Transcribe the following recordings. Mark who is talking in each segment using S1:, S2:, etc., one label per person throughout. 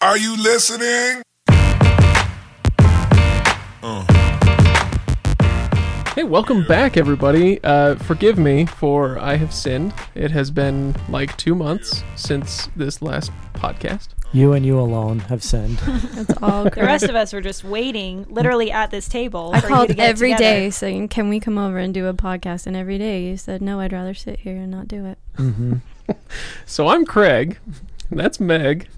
S1: Are you listening?
S2: Hey, welcome back, everybody. Uh, forgive me for I have sinned. It has been like two months since this last podcast.
S3: You and you alone have sinned.
S4: That's all
S5: The
S4: correct.
S5: rest of us were just waiting, literally at this table.
S4: I
S5: for you to
S4: called
S5: get
S4: every day
S5: together.
S4: saying, "Can we come over and do a podcast?" And every day you said, "No, I'd rather sit here and not do it."
S3: Mm-hmm.
S2: So I'm Craig, and that's Meg.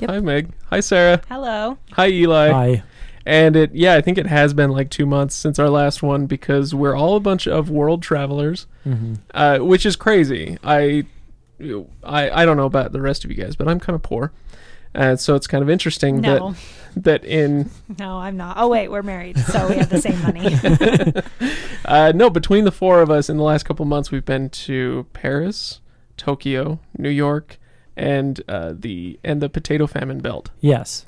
S4: Yep.
S2: Hi, Meg. Hi, Sarah.
S5: Hello.
S2: Hi, Eli.
S3: I
S2: And it, yeah, I think it has been like two months since our last one because we're all a bunch of world travelers, uh, which is crazy. I, I, I don't know about the rest of you guys, but I'm kind of poor, uh, so it's kind of interesting
S5: No,
S2: that that in
S5: no, I'm not. Oh wait, we're married, so we have the same money.
S2: Uh, no, between the four of us in the last couple months, we've been to Paris, Tokyo, New York, and uh, the and the potato famine belt.
S3: yes,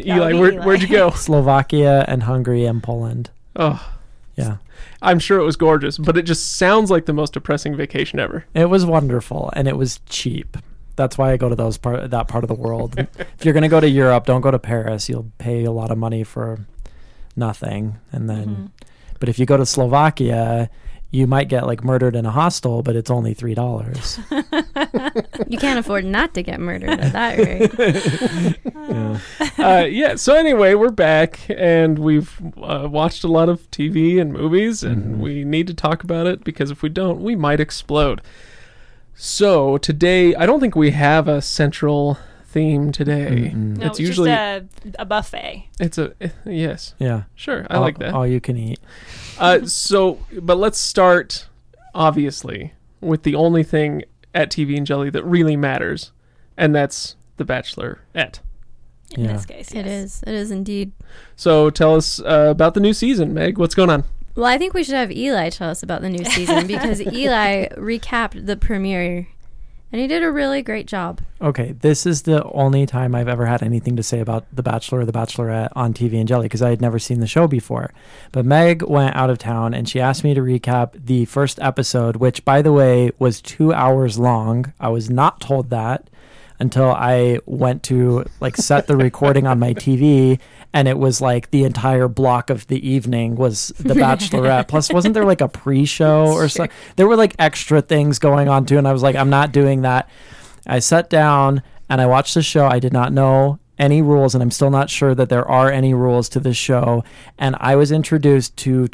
S2: Eli,
S5: be
S2: where,
S5: Eli.
S2: where'd you go?
S3: Slovakia and Hungary and Poland.
S2: Oh,
S3: Yeah,
S2: I'm sure it was gorgeous, but it just sounds like the most depressing vacation ever.
S3: it was wonderful and it was cheap. That's why I go to those part that part of the world. if you're gonna go to Europe, don't go to Paris. You'll pay a lot of money for nothing, and then.
S5: Mm-hmm.
S3: But if you go to Slovakia, you might get like murdered in a hostel, but it's only three dollars.
S4: You can't afford not to get murdered at that rate.
S3: yeah.
S2: uh, yeah. So anyway, we're back, and we've uh, watched a lot of TV and movies, and we need to talk about it because if we don't, we might explode. So today, I don't think we have a central theme today.
S3: Mm-mm.
S5: No,
S2: It's
S5: it's
S2: usually
S5: just a, a buffet.
S2: it's a eh, yes,
S3: Yeah,
S2: sure, I
S3: all,
S2: like that.
S3: All you can eat.
S2: Uh, so, but let's start obviously with the only thing at TV and Jelly that really matters, and that's The Bachelor. Et.
S5: In
S3: Yeah.
S5: this case,
S4: It
S5: yes.
S4: is. It is indeed.
S2: So tell us uh, about the new season, Meg. What's going on?
S4: Well, I think we should have Eli tell us about the new season because Eli recapped the premiere, and he did a really great job.
S3: Okay, this is the only time I've ever had anything to say about The Bachelor or The Bachelorette on TV and Jelly because I had never seen the show before. But Meg went out of town and she asked me to recap the first episode, which, by the way, was two hours long. I was not told that until I went to like set the recording on my TV and it was like the entire block of the evening was The Bachelorette. Plus, wasn't there like a pre show or something? There were like extra things going on too. And I was like, I'm not doing that. I sat down and I watched the show. I did not know any rules, and I'm still not sure that there are any rules to this show. And I was introduced to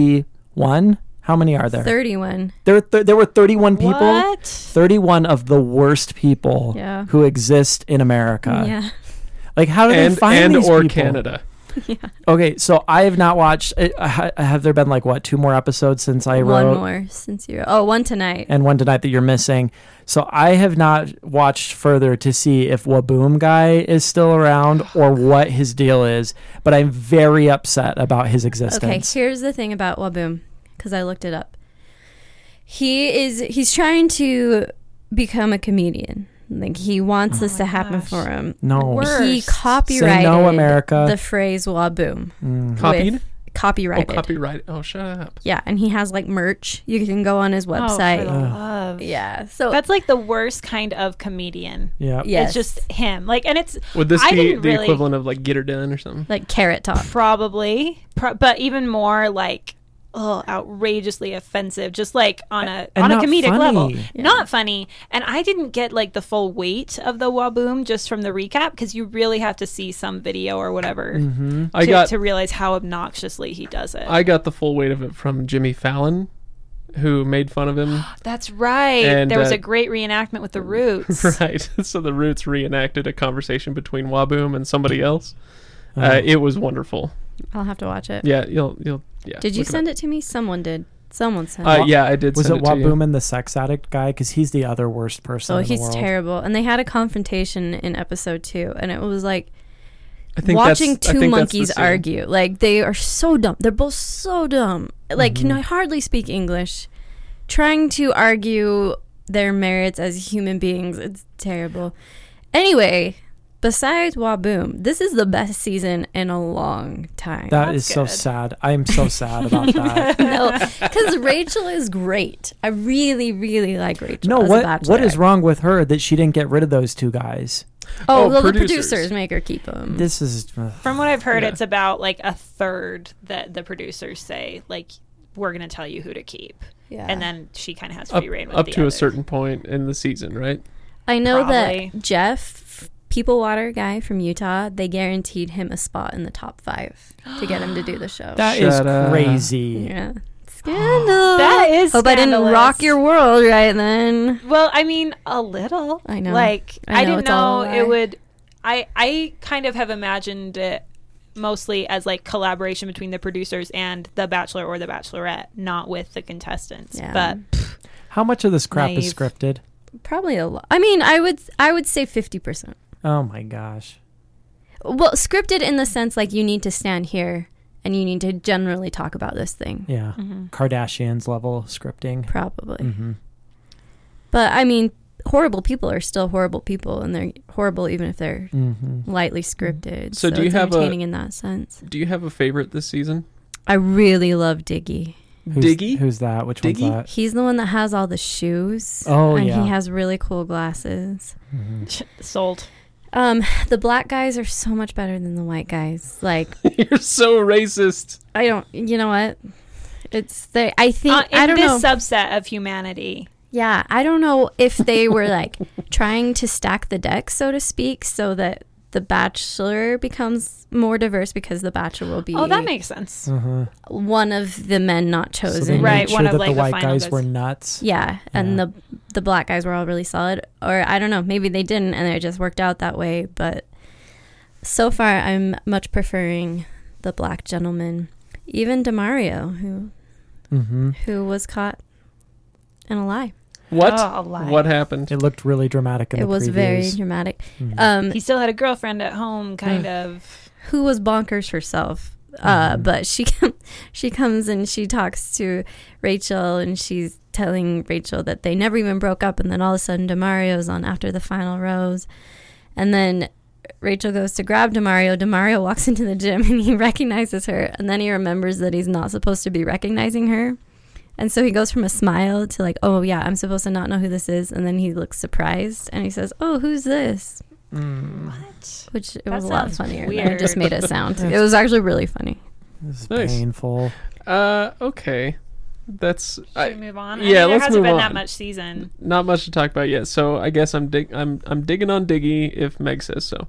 S3: 21. How many are there?
S4: Thirty-one.
S3: there, th- there were 31 people.
S5: What?
S3: 31 of the worst people
S4: Yeah.
S3: who exist in America.
S4: yeah.
S3: Like, how do
S2: And
S3: they find
S2: and
S3: these
S2: or
S3: people?
S2: Canada.
S3: Okay, so I have not watched. I, I- I- have there been like what two more episodes since I
S4: One
S3: wrote?
S4: more since you. Oh, one tonight.
S3: and one tonight that you're missing. So I have not watched further to see if Waboom guy is still around or what his deal is, but I'm very upset about his
S4: Okay,
S3: existence.
S4: here's the thing about Waboom, because I looked it up. He is he's trying to become a comedian. Like he wants this to happen
S5: gosh.
S4: for him.
S3: No.
S5: Word.
S4: He
S5: Worse.
S4: copyrighted
S3: America.
S4: the phrase Waboom.
S2: Copied?
S4: With
S2: Oh,
S4: copyrighted.
S2: copyright. Oh, shut up.
S4: yeah, and he has like merch. You can go on his
S5: Oh, for
S4: website.
S5: the love.
S4: yeah. So
S5: That's like the worst kind of comedian.
S3: Yeah.
S4: yes.
S5: It's just him. Like, and it's
S2: Would this
S5: I
S2: be the
S5: didn't really-
S2: equivalent of like get her done or something?
S4: like carrot top.
S5: probably, pro- but even more like. Oh, outrageously offensive! Just like on a
S3: and
S5: on a
S3: not
S5: comedic
S3: funny.
S5: level, not funny. And I didn't get like the full weight of the waboom just from the recap because you really have to see some video or whatever
S3: Mm-hmm.
S2: I
S5: to,
S2: got
S5: to realize how obnoxiously he does it.
S2: I got the full weight of it from Jimmy Fallon, who made fun of him.
S5: That's right.
S2: And,
S5: there was
S2: uh,
S5: a great reenactment with the Roots.
S2: right. So the Roots reenacted a conversation between Waboom and somebody else.
S3: Oh.
S2: Uh, it was wonderful.
S4: I'll have to watch it.
S2: Yeah, you'll you'll yeah.
S4: Did you
S2: look it up.
S4: send it to me? Someone did. Someone sent it.
S2: Uh, yeah, I did.
S3: Was
S2: send
S3: it
S2: it to you.
S3: Waboom and the sex addict guy? Because he's the other worst person.
S4: Oh,
S3: in the
S4: he's
S3: world.
S4: terrible. And they had a confrontation in episode two, and it was like
S2: I think that's-
S4: watching
S2: I think
S4: two
S2: that's
S4: monkeys
S2: the scene.
S4: argue. Like they are so dumb. They're both so dumb. Like
S2: Mm-hmm.
S4: can hardly speak English. Trying to argue their merits as human beings, it's terrible. Anyway, besides Waboom, this is the best season in a long time.
S3: That
S5: That's
S3: is so
S5: good.
S3: sad. I am so sad about that.
S4: no, because Rachel is great. I really, really like Rachel.
S3: no,
S4: as a
S3: what what
S4: bachelorette.
S3: is wrong with her that she didn't get rid of those two guys?
S4: Oh,
S2: Oh,
S4: well, the
S2: producers.
S4: producers make her keep
S5: Mm.
S4: them.
S3: This is ugh.
S5: From what I've heard,
S2: Yeah.
S5: it's about like a third that the producers say, like, we're going to tell you who to keep.
S4: yeah.
S5: And then she kind of has
S2: up,
S5: free reign with
S2: up
S5: the
S2: to a
S5: others.
S2: certain point in the season, right?
S4: I know
S5: Probably.
S4: that Jeff, People Water guy from Utah, they guaranteed him a spot in the top five to get him to do the show.
S3: that is
S2: Shut up.
S3: crazy.
S4: yeah. Scandal.
S5: That is
S4: Hope I didn't
S5: scandalous.
S4: rock your world right then.
S5: Well, I mean, a little.
S4: I know.
S5: Like
S4: I
S5: I,
S4: know,
S5: didn't
S4: it's all
S5: know
S4: a lie.
S5: it would. I I kind of have imagined it mostly as like collaboration between the producers and the Bachelor or the Bachelorette, not with the contestants.
S4: Yeah.
S5: But
S3: How much of this crap is
S5: Naive.
S3: scripted?
S4: Probably a lot. I mean, I would I would say fifty percent.
S3: Oh my gosh.
S4: Well, scripted in the sense like you need to stand here and you need to generally talk about this thing.
S3: Yeah.
S5: Mm-hmm.
S3: Kardashians level scripting.
S4: Probably.
S3: hmm
S4: But I mean, horrible people are still horrible people, and they're horrible even if they're
S3: hmm
S4: lightly scripted.
S2: So do you
S4: it's
S2: have a-
S4: entertaining in that sense?
S2: Do you have a favorite this season?
S4: I really love Diggy.
S3: Who's,
S2: Diggy?
S3: Who's that? Which
S2: Diggy?
S3: one's
S4: He's the one that has all the shoes.
S3: Oh,
S4: and
S3: yeah.
S4: he has really cool glasses.
S3: that? hmm
S5: sold.
S4: Um, the black guys are so much better than the white guys. Like
S2: You're so racist.
S4: I don't, you know what? It's they. I think
S5: Uh, in
S4: I don't
S5: this
S4: know.
S5: subset of humanity,
S4: Yeah, I don't know if they were like trying to stack the deck, so to speak, so that the bachelor becomes more diverse because the bachelor will be
S5: oh, that makes sense.
S3: Uh-huh.
S4: one of the men not
S3: So
S4: chosen.
S3: they made
S5: Right,
S3: sure
S5: one of,
S3: that
S5: like,
S3: the
S5: the
S3: white
S5: final
S3: guys
S5: guys.
S3: were nuts.
S4: Yeah, and
S3: Yeah.
S4: the the black guys were all really solid, or I don't know, maybe they didn't, and it just worked out that way. But so far, I'm much preferring the black gentleman, even Demario, who
S3: Mm-hmm.
S4: who was caught in a lie.
S2: What?
S5: Oh, a lie.
S2: what happened?
S3: It looked really dramatic in
S4: It
S3: the
S4: was
S3: previews.
S4: very dramatic.
S3: Mhm.
S4: Um,
S5: He still had a girlfriend at home, kind of.
S4: who was bonkers herself. Uh,
S3: Mhm.
S4: But she com- she comes and she talks to Rachel, and she's telling Rachel that they never even broke up, and then all of a sudden Demario's on after the final rose, and then Rachel goes to grab Demario. Demario walks into the gym and he recognizes her, and then he remembers that he's not supposed to be recognizing her, and so he goes from a smile to like, oh yeah, I'm supposed to not know who this is, and then he looks surprised and he says, oh, who's this?
S3: Mm.
S5: What?
S4: which it
S5: That
S4: was a lot
S5: sounds
S4: funnier. than It just
S5: weird.
S4: made it sound. it was actually really funny.
S3: This is
S2: Nice.
S3: painful.
S2: Uh, okay. That's
S5: Should we
S2: I,
S5: move on?
S2: yeah,
S5: I mean, there
S2: let's
S5: hasn't
S2: move
S5: been
S2: on.
S5: that much season.
S2: not much to talk about yet. So I guess I'm dig- I'm I'm digging on Diggy if Meg says so.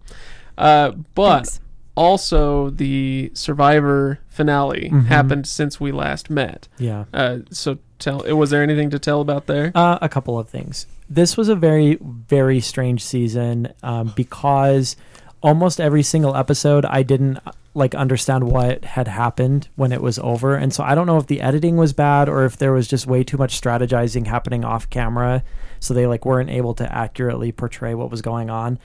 S2: Uh, but
S4: Thanks.
S2: also the Survivor finale
S3: Mhm.
S2: happened since we last met.
S3: Yeah.
S2: Uh, so tell was there anything to tell about there?
S3: Uh, a couple of things. This was a very, very strange season um, because almost every single episode I didn't uh, like understand what had happened when it was over, and so I don't know if the editing was bad or if there was just way too much strategizing happening off camera, so they like weren't able to accurately portray what was going on.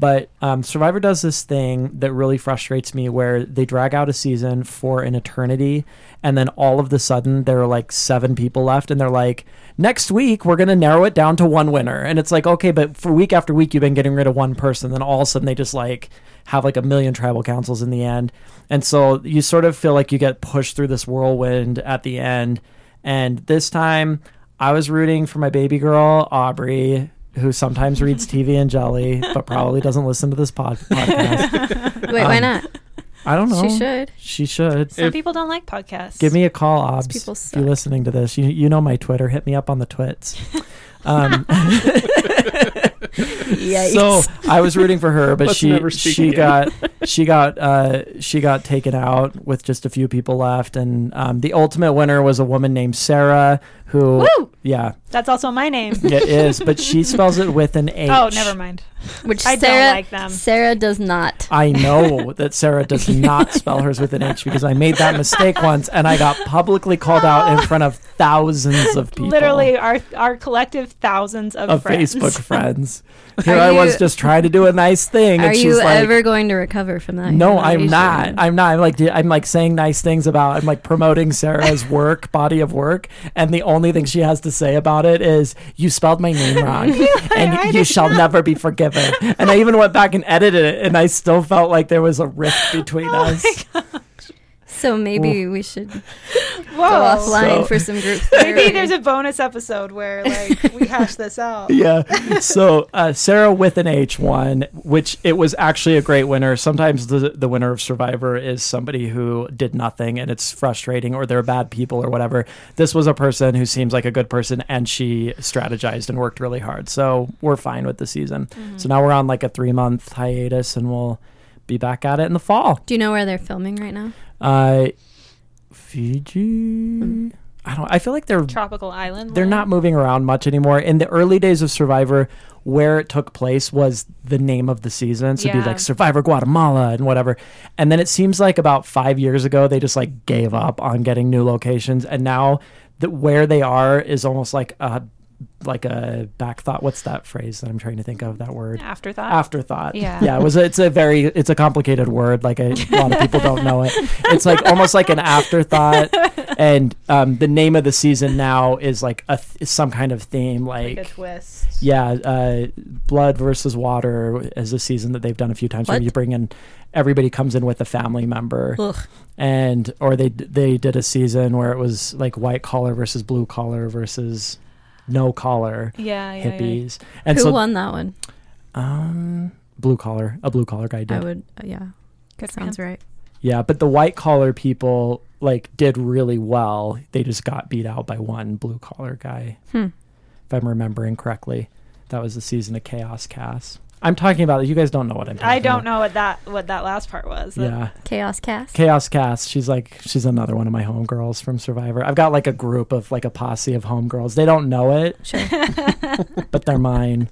S3: But um, Survivor does this thing that really frustrates me where they drag out a season for an eternity. And then all of the sudden, there are like seven people left. And they're like, next week, we're going to narrow it down to one winner. And it's like, okay, but for week after week, you've been getting rid of one person. Then all of a sudden, they just like have like a million tribal councils in the end. And so you sort of feel like you get pushed through this whirlwind at the end. And this time, I was rooting for my baby girl, Aubrey, who sometimes reads TV and jelly, but probably doesn't listen to this pod- podcast.
S4: Wait, why not?
S3: Um, I don't know.
S4: She should.
S3: She should.
S5: Some
S2: If-
S5: people don't like podcasts.
S3: Give me a call, Obs.
S4: people
S3: If you're
S4: suck.
S3: listening to this, you, you know my Twitter. Hit me up on the twits. Um, so I was rooting for her, but
S2: Let's
S3: she
S2: never speak
S3: she
S2: again.
S3: got she got uh, she got taken out with just a few people left, and um, the ultimate winner was a woman named Sarah, who
S5: Woo!
S3: yeah,
S5: That's also my name.
S3: it is, but she spells it with an H.
S5: Oh, never mind.
S4: Which
S5: I
S4: Sarah,
S5: don't like them.
S4: Sarah does not.
S3: I know that Sarah does not spell hers with an H because I made that mistake once and I got publicly called out in front of thousands of people.
S5: Literally, our our collective thousands of,
S3: Of
S5: friends.
S3: Facebook friends. Here
S4: Are
S3: I was
S4: you-
S3: just trying to do a nice thing.
S4: Are
S3: and
S4: you
S3: she's like,
S4: ever going to recover from that.
S3: No, I'm
S4: evaluation.
S3: not. I'm not. I'm like dude, I'm like saying nice things about. I'm like promoting Sarah's work, body of work, and the only thing she has to say about it is you spelled my name wrong, and you shall never be forgiven. And I even went back and edited it, and I still felt like there was a rift
S4: Oh
S3: between us.
S4: so maybe we should go
S5: Whoa.
S4: offline
S3: So-
S4: for some group therapy.
S5: Oh. Maybe there's a bonus episode where like we hash this out.
S3: yeah. So uh, Sarah with an H won, which it was actually a great winner. Sometimes the the winner of Survivor is somebody who did nothing and it's frustrating, or they're bad people, or whatever. This was a person who seems like a good person, and she strategized and worked really hard. So we're fine with the season. So now we're on like a three month hiatus, and we'll be back at it in the fall.
S4: Do you know where they're filming right now?
S3: Uh, Fiji. I don't. I feel like they're
S5: Tropical island.
S3: they're not moving around much anymore. In the early days of Survivor, where it took place was the name of the season. So it'd
S5: Yeah.
S3: be like Survivor Guatemala and whatever. And then it seems like about five years ago, they just like gave up on getting new locations. And now the, where they are is almost like a, like a back thought. What's that phrase that I'm trying to think of? That word
S5: afterthought.
S3: afterthought.
S5: Yeah.
S3: Yeah. It was a, it's a very it's a complicated word. Like a, lot of people don't know it. It's like almost like an afterthought. And um, the name of the season now is like a th- some kind of theme. Like,
S5: like a twist.
S3: yeah, uh, blood versus water is a season that they've done a few times. Where
S4: What?
S3: you bring in everybody comes in with a family member
S4: Ugh.
S3: and or they they did a season where it was like white collar versus blue collar versus no collar
S5: Yeah, yeah, yeah.
S3: hippies and
S4: Who
S3: so
S4: won that one?
S3: um, blue collar, a blue collar guy did.
S4: I would. Uh, yeah,
S5: Good for
S4: sounds
S5: him.
S4: right.
S3: yeah, but the white collar people like did really well. They just got beat out by one blue collar guy,
S4: Hmm.
S3: if I'm remembering correctly. That was the season of Chaos Cast. I'm talking about you guys don't know what I'm. Talking
S5: I don't
S3: about.
S5: know what that what that last part was.
S3: Yeah,
S4: Chaos cast.
S3: Chaos Cast. She's like she's another one of my homegirls from Survivor. I've got like a group of like a posse of homegirls. They don't know it,
S4: Sure.
S3: but they're mine.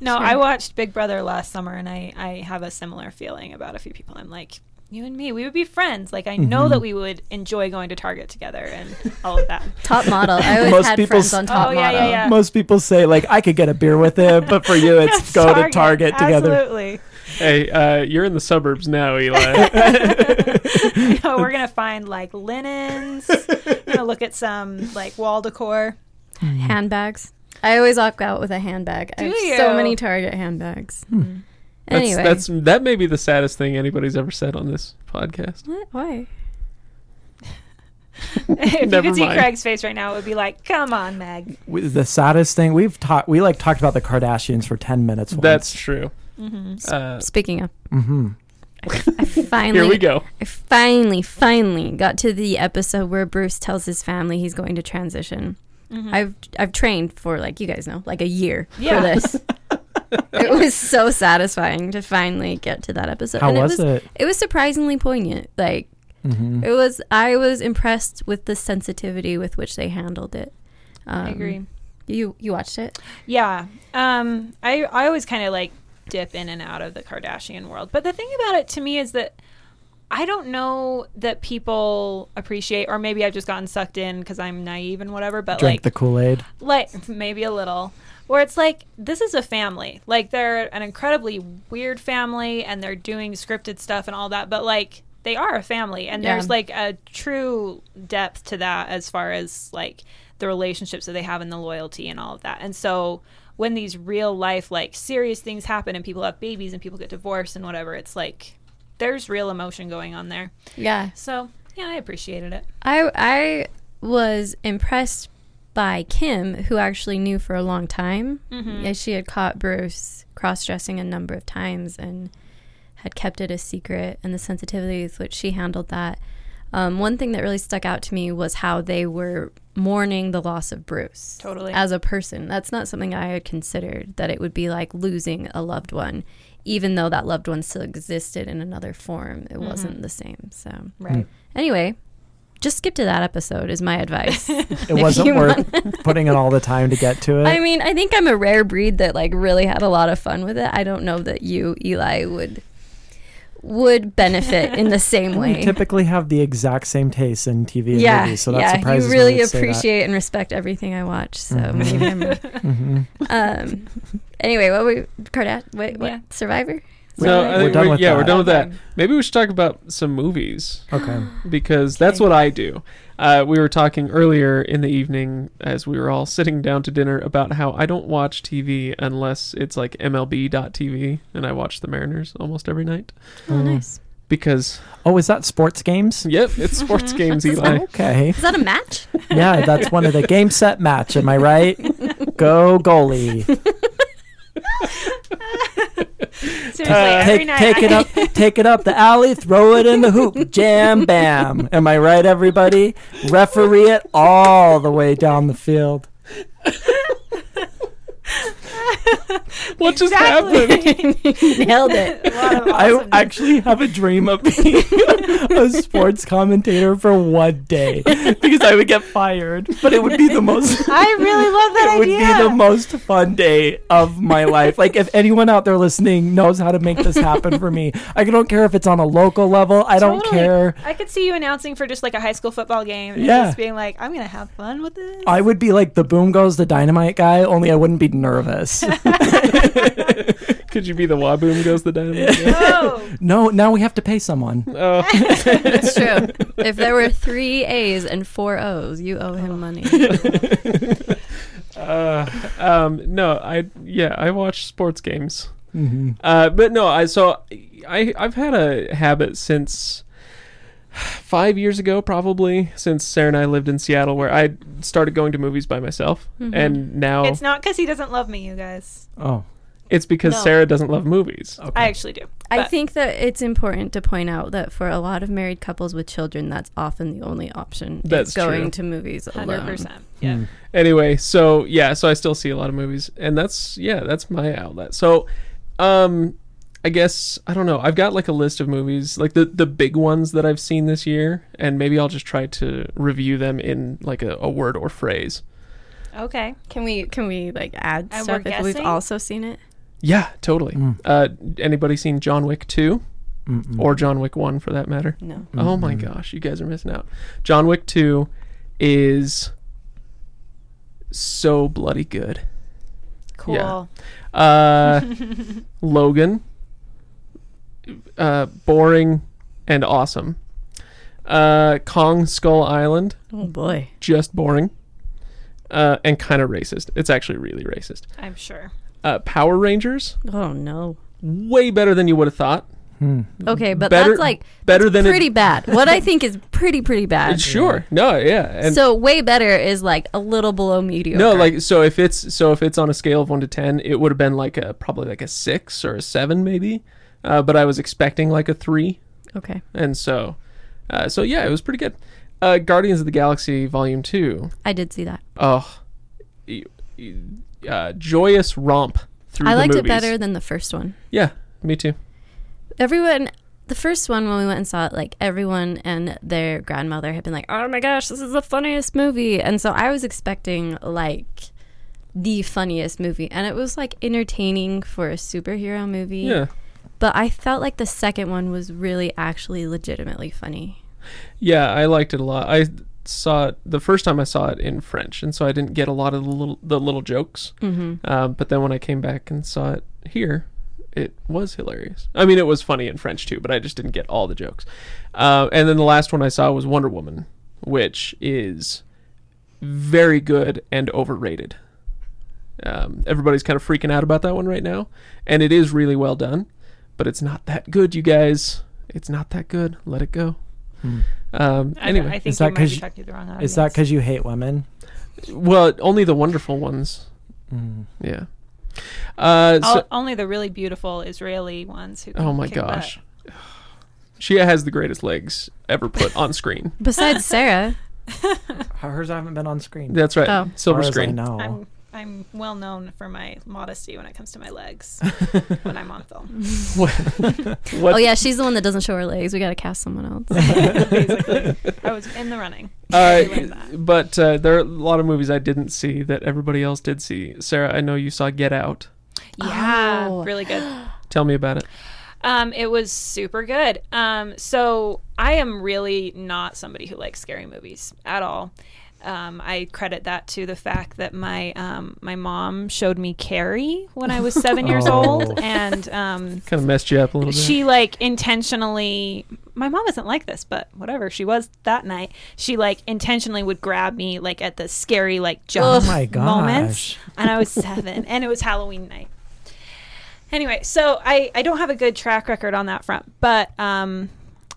S5: No,
S4: Sure.
S5: I watched Big Brother last summer, and I I have a similar feeling about a few people. I'm like, you and me, we would be friends. Like I know
S3: Mhm.
S5: that we would enjoy going to Target together and all of that.
S4: Top model. I always
S3: Most
S4: had
S3: people
S4: friends
S3: s-
S4: on top
S5: Oh, yeah, yeah,
S4: model.
S5: yeah.
S3: Most people say like I could get a beer with him, but for you it's go to Target together.
S5: Absolutely.
S2: Hey, uh, you're in the suburbs now, Eli.
S5: You know, we're gonna find like linens. we're gonna look at some like wall decor.
S4: Handbags. I always walk out with a handbag. I
S5: Do
S4: have so
S5: you?
S4: many Target handbags.
S2: That's,
S4: Anyway,
S2: that's that may be the saddest thing anybody's ever said on this podcast.
S4: what? Why?
S5: if
S2: Never
S5: you could see
S2: mind. Mm-hmm.
S5: Craig's face right now, it would be like, "Come on, Meg."
S3: We- the saddest thing we've talked we like talked about the kardashians for 10 minutes once.
S2: That's true.
S5: Mm-hmm.
S2: Uh,
S4: Speaking of,
S3: hmm
S4: I finally
S2: here we go.
S4: I finally, finally got to the episode where Bruce tells his family he's going to transition. I've I've trained for like you guys know, like a year
S5: Mm-hmm. Yeah.
S4: for this. it was so satisfying to finally get to that episode.
S3: how
S4: and
S3: was
S4: it was
S3: it
S4: it was surprisingly poignant. Like
S3: hmm
S4: it was I was impressed with the sensitivity with which they handled it. Um,
S5: I agree.
S4: You you watched it?
S5: Yeah. Um, I I always kind of like dip in and out of the Kardashian world. But the thing about it to me is that I don't know that people appreciate or maybe I've just gotten sucked in cuz I'm naive and whatever, but
S3: drink
S5: like
S3: the kool-aid
S5: like maybe a little where it's like this is a family. Like they're an incredibly weird family and they're doing scripted stuff and all that, but like they are a family and
S4: Yeah.
S5: there's like a true depth to that as far as like the relationships that they have and the loyalty and all of that. And so when these real life like serious things happen and people have babies and people get divorced and whatever, it's like there's real emotion going on there.
S4: Yeah.
S5: So, yeah, I appreciated it.
S4: I I was impressed by Kim, who actually knew for a long time.
S5: Mm-hmm.
S4: Yeah, she had caught Bruce cross dressing a number of times and had kept it a secret, and the sensitivity with which she handled that. Um, one thing that really stuck out to me was how they were mourning the loss of Bruce
S5: Totally.
S4: as a person. That's not something I had considered that it would be like losing a loved one, even though that loved one still existed in another form. It wasn't the same. So
S5: Mm-hmm. Right.
S4: Anyway, just skip to that episode is my advice.
S3: it wasn't
S4: you
S3: worth putting in all the time to get to it
S4: I mean, I think I'm a rare breed that like really had a lot of fun with it. I don't know that you, Eli, would would benefit in the same
S3: we
S4: way.
S3: typically have the exact same taste in tv and
S4: Yeah,
S3: movies so that
S4: yeah.
S3: surprises
S4: You
S3: me
S4: really
S3: you'd say that.
S4: appreciate and respect everything I watch. So
S3: Mhm.
S4: maybe I'm-
S3: Mhm.
S4: um, anyway, what we Kardashian? Wait, what?
S5: Yeah.
S4: Survivor?
S2: no,
S4: Sorry.
S2: I
S3: we're
S2: think
S3: done
S2: we-
S3: with
S2: yeah,
S3: that.
S2: we're done with that.
S5: Okay.
S2: Maybe we should talk about some movies.
S3: Okay.
S2: because that's
S4: Okay.
S2: what I do. Uh, we were talking earlier in the evening as we were all sitting down to dinner about how I don't watch TV unless it's like MLB.TV and I watch the Mariners almost every night
S4: Oh, nice.
S2: because
S3: Oh, is that sports games?
S2: yep, it's sports games, Eli.
S3: Okay.
S4: Is that a match?
S3: Yeah, that's one of the game set match. Am I right? Go goalie.
S5: Seriously, every
S3: Uh, take,
S5: night
S3: take
S5: I-
S3: it up, take it up the alley, throw it in the hoop, jam, bam. Am I right, everybody? Referee it all the way down the field.
S2: What just
S5: Exactly.
S2: happened?
S4: Nailed it.
S5: A lot of
S3: I
S5: awesomeness.
S3: actually have a dream of being a sports commentator for one day because I would get fired, but it would be the most.
S5: I really love that
S3: It would
S5: idea.
S3: be the most fun day of my life. Like, if anyone out there listening knows how to make this happen for me, I don't care if it's on a local level. I don't
S5: Totally.
S3: care.
S5: I could see you announcing for just like a high school football game. And
S3: Yeah.
S5: Just being like, I'm gonna have fun with this.
S3: I would be like the boom goes the dynamite guy, only I wouldn't be nervous.
S2: Could you be the Waboom goes the dynamite?
S5: oh,
S3: no, now we have to pay someone.
S2: Oh,
S4: It's true. If there were three A's and four O's, you owe him money.
S2: uh, um, no, I yeah, I watch sports games.
S3: Mm-hmm.
S2: Uh, but no, I so I I've had a habit since five years ago, probably since Sarah and I lived in Seattle, where I started going to movies by myself, and now
S5: Mm-hmm. it's
S2: it's,
S5: not because he doesn't love me, you guys.
S3: Oh,
S2: because
S5: No.
S2: Sarah doesn't love movies.
S3: okay.
S5: I actually do.
S4: I
S5: But-
S4: think that it's important to point out that for a lot of married couples with children, that's often the only option.
S2: That's
S4: is going
S2: true.
S4: to movies alone.
S5: Hundred percent. Yeah.
S3: Mm.
S2: Anyway, so yeah, so I still see a lot of movies, and that's yeah, that's my outlet. So, um, I guess I don't know. I've got like a list of movies, like the the big ones that I've seen this year, and maybe I'll just try to review them in like a, a word or phrase.
S5: Okay.
S4: Can we can we like add
S5: And
S4: stuff
S5: we're
S4: if we've
S5: guessing?
S4: also seen it?
S2: Yeah, totally.
S3: Mm.
S2: Uh, anybody seen John Wick 2
S3: Mm-mm.
S2: or John Wick 1 for that matter?
S4: No.
S2: Oh my gosh, you guys are missing out. John Wick 2 is so bloody good.
S5: Cool.
S2: Yeah. Uh, Logan, uh, boring and awesome. Uh, Kong Skull Island,
S4: Oh boy.
S2: just boring. Uh, and kind of racist. It's actually really racist.
S5: I'm sure.
S2: Uh, Power Rangers,
S4: Oh no.
S2: way better than you would have thought.
S4: Okay, but
S2: Better-
S4: that's like
S2: better than it-
S4: pretty bad. What I think is pretty pretty bad.
S2: Sure. No, yeah. And
S4: so way better is like a little below mediocre.
S2: No, like so if it's so if it's on a scale of one to ten, it would have been like a probably like a six or a seven maybe, uh, but I was expecting like a three,
S4: okay.
S2: and so, uh, so yeah, it was pretty good. Uh, Guardians of the Galaxy Volume Two,
S4: I did see that.
S2: oh, y- y- uh, joyous romp through.
S4: I
S2: the
S4: liked it
S2: movies.
S4: better than the first one.
S2: Yeah, me too.
S4: Everyone the first one when we went and saw it, like everyone and their grandmother had been like, Oh my gosh, this is the funniest movie and so I was expecting like the funniest movie and it was like entertaining for a superhero movie.
S2: Yeah,
S4: But I felt like the second one was really actually legitimately funny.
S2: yeah, I liked it a lot. I saw it the first time I saw it in French, and so I didn't get a lot of the little the little jokes.
S4: Mm-hmm.
S2: Um, but then when I came back and saw it here, it was hilarious. I mean, it was funny in French too, but I just didn't get all the jokes. Uh, and then the last one I saw was Wonder Woman, which is very good and overrated. Um, everybody's kind of freaking out about that one right now, and it is really well done, but it's not that good, you guys. It's not that good. Let it go.
S3: Hmm.
S2: Um,
S5: I, I
S2: anyway,
S5: think
S3: Is that
S5: you might
S3: 'cause
S5: be
S3: you-
S5: talking to the wrong audience.
S3: Is that because you hate women?
S2: well, only the wonderful ones.
S3: Mm.
S2: Yeah. Uh, so-
S5: O- only the really beautiful Israeli ones who?
S2: Oh my
S5: kick butt.
S2: gosh. Shia has the greatest legs ever put on screen.
S4: Besides Sarah,
S3: Hers haven't been on screen.
S2: That's right.
S4: Oh.
S2: Silver
S3: As far
S2: screen.
S3: As I know.
S5: I'm I'm well known for my modesty when it comes to my legs when I'm on film.
S4: oh
S5: Oh,
S2: What-
S4: yeah, she's the one that doesn't show her legs. We gotta cast someone else.
S5: Basically, I was in the running. We learned
S2: Uh,
S5: that.
S2: but uh, there are a lot of movies I didn't see that everybody else did see. Sarah, I know you saw Get Out.
S5: Yeah,
S4: Oh.
S5: really good.
S2: Tell me about it.
S5: Um, it was super good. Um, so I am really not somebody who likes scary movies at all. um, I credit that to the fact that my um, my mom showed me Carrie when I was seven years
S3: Oh.
S5: old, and um,
S2: Kind of messed you up a little bit.
S5: she like intentionally my mom isn't like this but whatever she was that night she like intentionally would grab me like at the scary like jump
S3: Oh my
S5: moments
S3: gosh.
S5: and i was seven and it was halloween night anyway so i i don't have a good track record on that front but um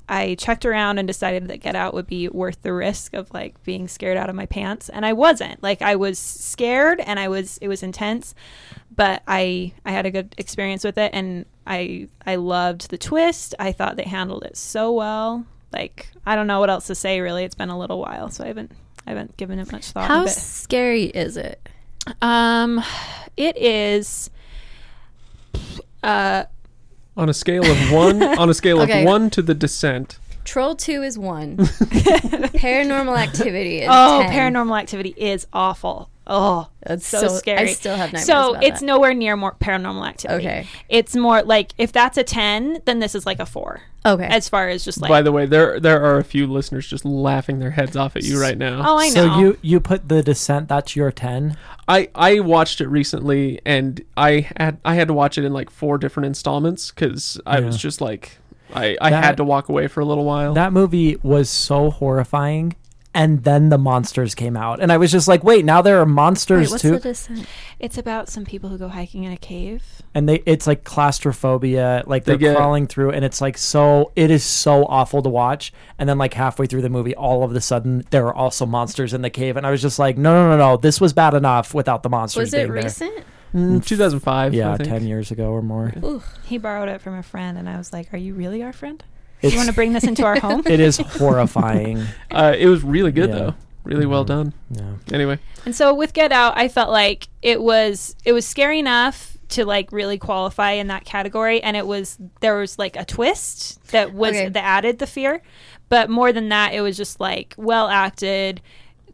S5: I checked around and decided that Get Out would be worth the risk of like being scared out of my pants, and I wasn't. Like I was scared, and I was it was intense, but I I had a good experience with it, and I I loved the twist. I thought they handled it so well. Like I don't know what else to say really. It's been a little while, so I haven't I haven't given it much thought.
S4: How
S5: but-
S4: scary is it?
S5: um, it is. Uh,
S2: on a scale of one, on a scale
S4: Okay.
S2: of one to the descent,
S4: Troll two is one. paranormal activity is
S5: oh,
S4: 10.
S5: Paranormal Activity is awful. Oh,
S4: That's
S5: so,
S4: so- I
S5: scary.
S4: still have nightmares
S5: So
S4: about
S5: it's
S4: that.
S5: nowhere near more Paranormal Activity.
S4: Okay.
S5: it's more like if that's a ten, then this is like a four.
S4: Okay.
S5: as far as just like
S2: by the way, there there are a few listeners just laughing their heads off at you right now.
S5: oh, I know.
S3: So you you put the descent. That's your ten.
S2: I I watched it recently, and I had I had to watch it in like four different installments because I was
S3: Yeah.
S2: just like I I
S3: That-
S2: had to walk away for a little while.
S3: That movie was so horrifying. And then the monsters came out, and I was just like, "Wait, now there are monsters
S4: Wait, what's
S3: too."
S4: the descent?
S5: It's about some people who go hiking in a cave.
S3: and they it's like claustrophobia like
S2: They
S3: they're
S2: get-
S3: crawling through and it's like so it is so awful to watch and then like halfway through the movie all of a sudden there are also monsters in the cave and i was just like no no no no this was bad enough without the monsters
S4: Was it
S3: being there.
S4: recent?
S2: Mm, 2005. I
S3: yeah
S2: think.
S3: 10 years ago or more
S5: He borrowed it from a friend, and I was like, "Are you really our friend?
S3: it's,
S5: You want to bring this into our home?"
S3: it is horrifying
S2: Uh, it was really good
S3: Yeah.
S2: though, really well
S3: Mhm.
S2: done.
S3: yeah
S2: Anyway,
S5: And so with Get Out, I felt like it was it was scary enough to like really qualify in that category, and it was there was like a twist that was
S4: Okay.
S5: that added the fear, but more than that, it was just like well acted,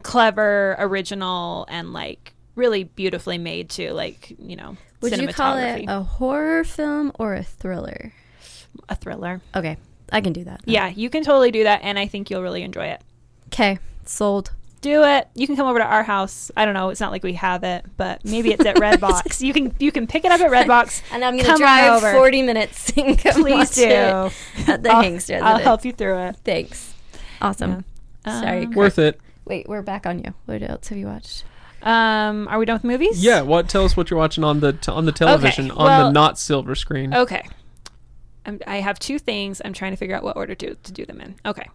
S5: clever, original, and like really beautifully made too. Like you know,
S4: Would you call it
S5: cinematography.
S4: a horror film or a thriller?
S5: a thriller?
S4: Okay, I can do that.
S5: Yeah, you can totally do that, and I think you'll really enjoy it.
S4: Okay, sold.
S5: Do it. You can come over to our house. I don't know. It's not like we have it, but maybe it's at Redbox. you can you can pick it up at Redbox.
S4: And I'm gonna
S5: Come on
S4: drive
S5: over.
S4: 40 minutes and come watch
S5: Please do.
S4: it at the
S5: I'll,
S4: Hangster.
S5: I'll help you through it.
S4: Thanks. Awesome. Sorry.
S5: Um,
S4: Cor-
S2: worth it.
S4: Wait, we're back on you. What else have you watched?
S5: Um, are we done with movies?
S2: Yeah, what? Tell us what you're watching on the t- on the television on the
S5: well- Oh.
S2: not silver screen.
S5: Okay. I'm, I have two things. I'm trying to figure out what order to to do them in. Okay.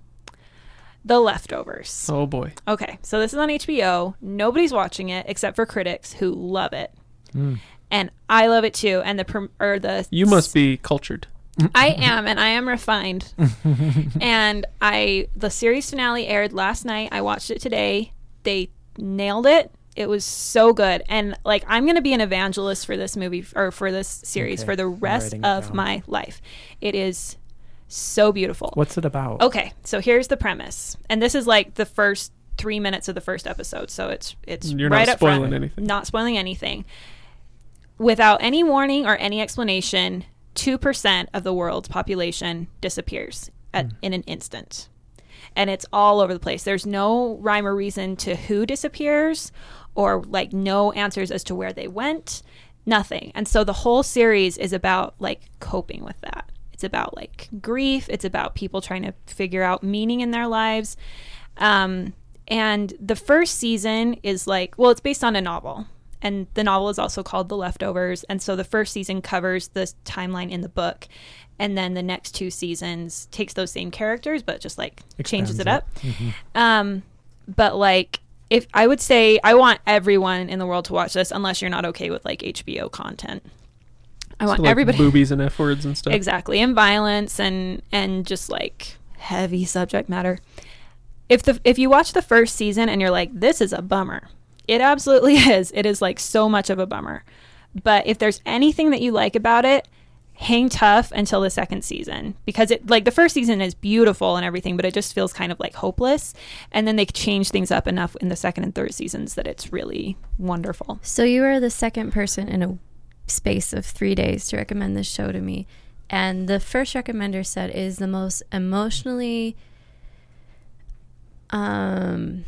S5: The leftovers.
S2: Oh boy,
S5: Okay, so this is on HBO. Nobody's watching it except for critics who love it, and I love it too. And the prom- or the
S2: Hmm. you must be cultured.
S5: I am, and I am refined. and I, the series finale aired last night. I watched it today. They nailed it. It was so good. And like, I'm going to be an evangelist for this movie or for this series
S3: Okay,
S5: for the
S3: I'm
S5: rest
S3: writing it
S5: of
S3: down.
S5: my life. It is so beautiful.
S3: what's it about
S5: Okay, so here's the premise, and this is like the first three minutes of the first episode, so it's it's
S2: You're not
S5: right up
S2: spoiling
S5: front,
S2: anything.
S5: not spoiling anything. Without any warning or any explanation, two percent of the world's population disappears at,
S2: Hmm.
S5: in an instant, and it's all over the place. There's no rhyme or reason to who disappears, or like no answers as to where they went. Nothing, and so the whole series is about like coping with that. It's about like grief. It's about people trying to figure out meaning in their lives. Um, and the first season is like, well, it's based on a novel. And the novel is also called The Leftovers. And so the first season covers the timeline in the book. And then the next two seasons takes those same characters, but just like
S3: Expands
S5: changes it
S3: it.
S5: up. Um, but like, if I would say, I want everyone in the world to watch this, unless you're not okay with like HBO content. I want
S2: So, like,
S5: everybody.
S2: boobies and f words and stuff.
S5: Exactly, and violence and and just like heavy subject matter. If the if you watch the first season and you're like, this is a bummer, it absolutely is. It is like so much of a bummer. But if there's anything that you like about it, hang tough until the second season because it like the first season is beautiful and everything, but it just feels kind of like hopeless. And then they change things up enough in the second and third seasons that it's really wonderful.
S4: So you are the second person in a space of three days to recommend this show to me, and the first recommender said it is the most emotionally. Um,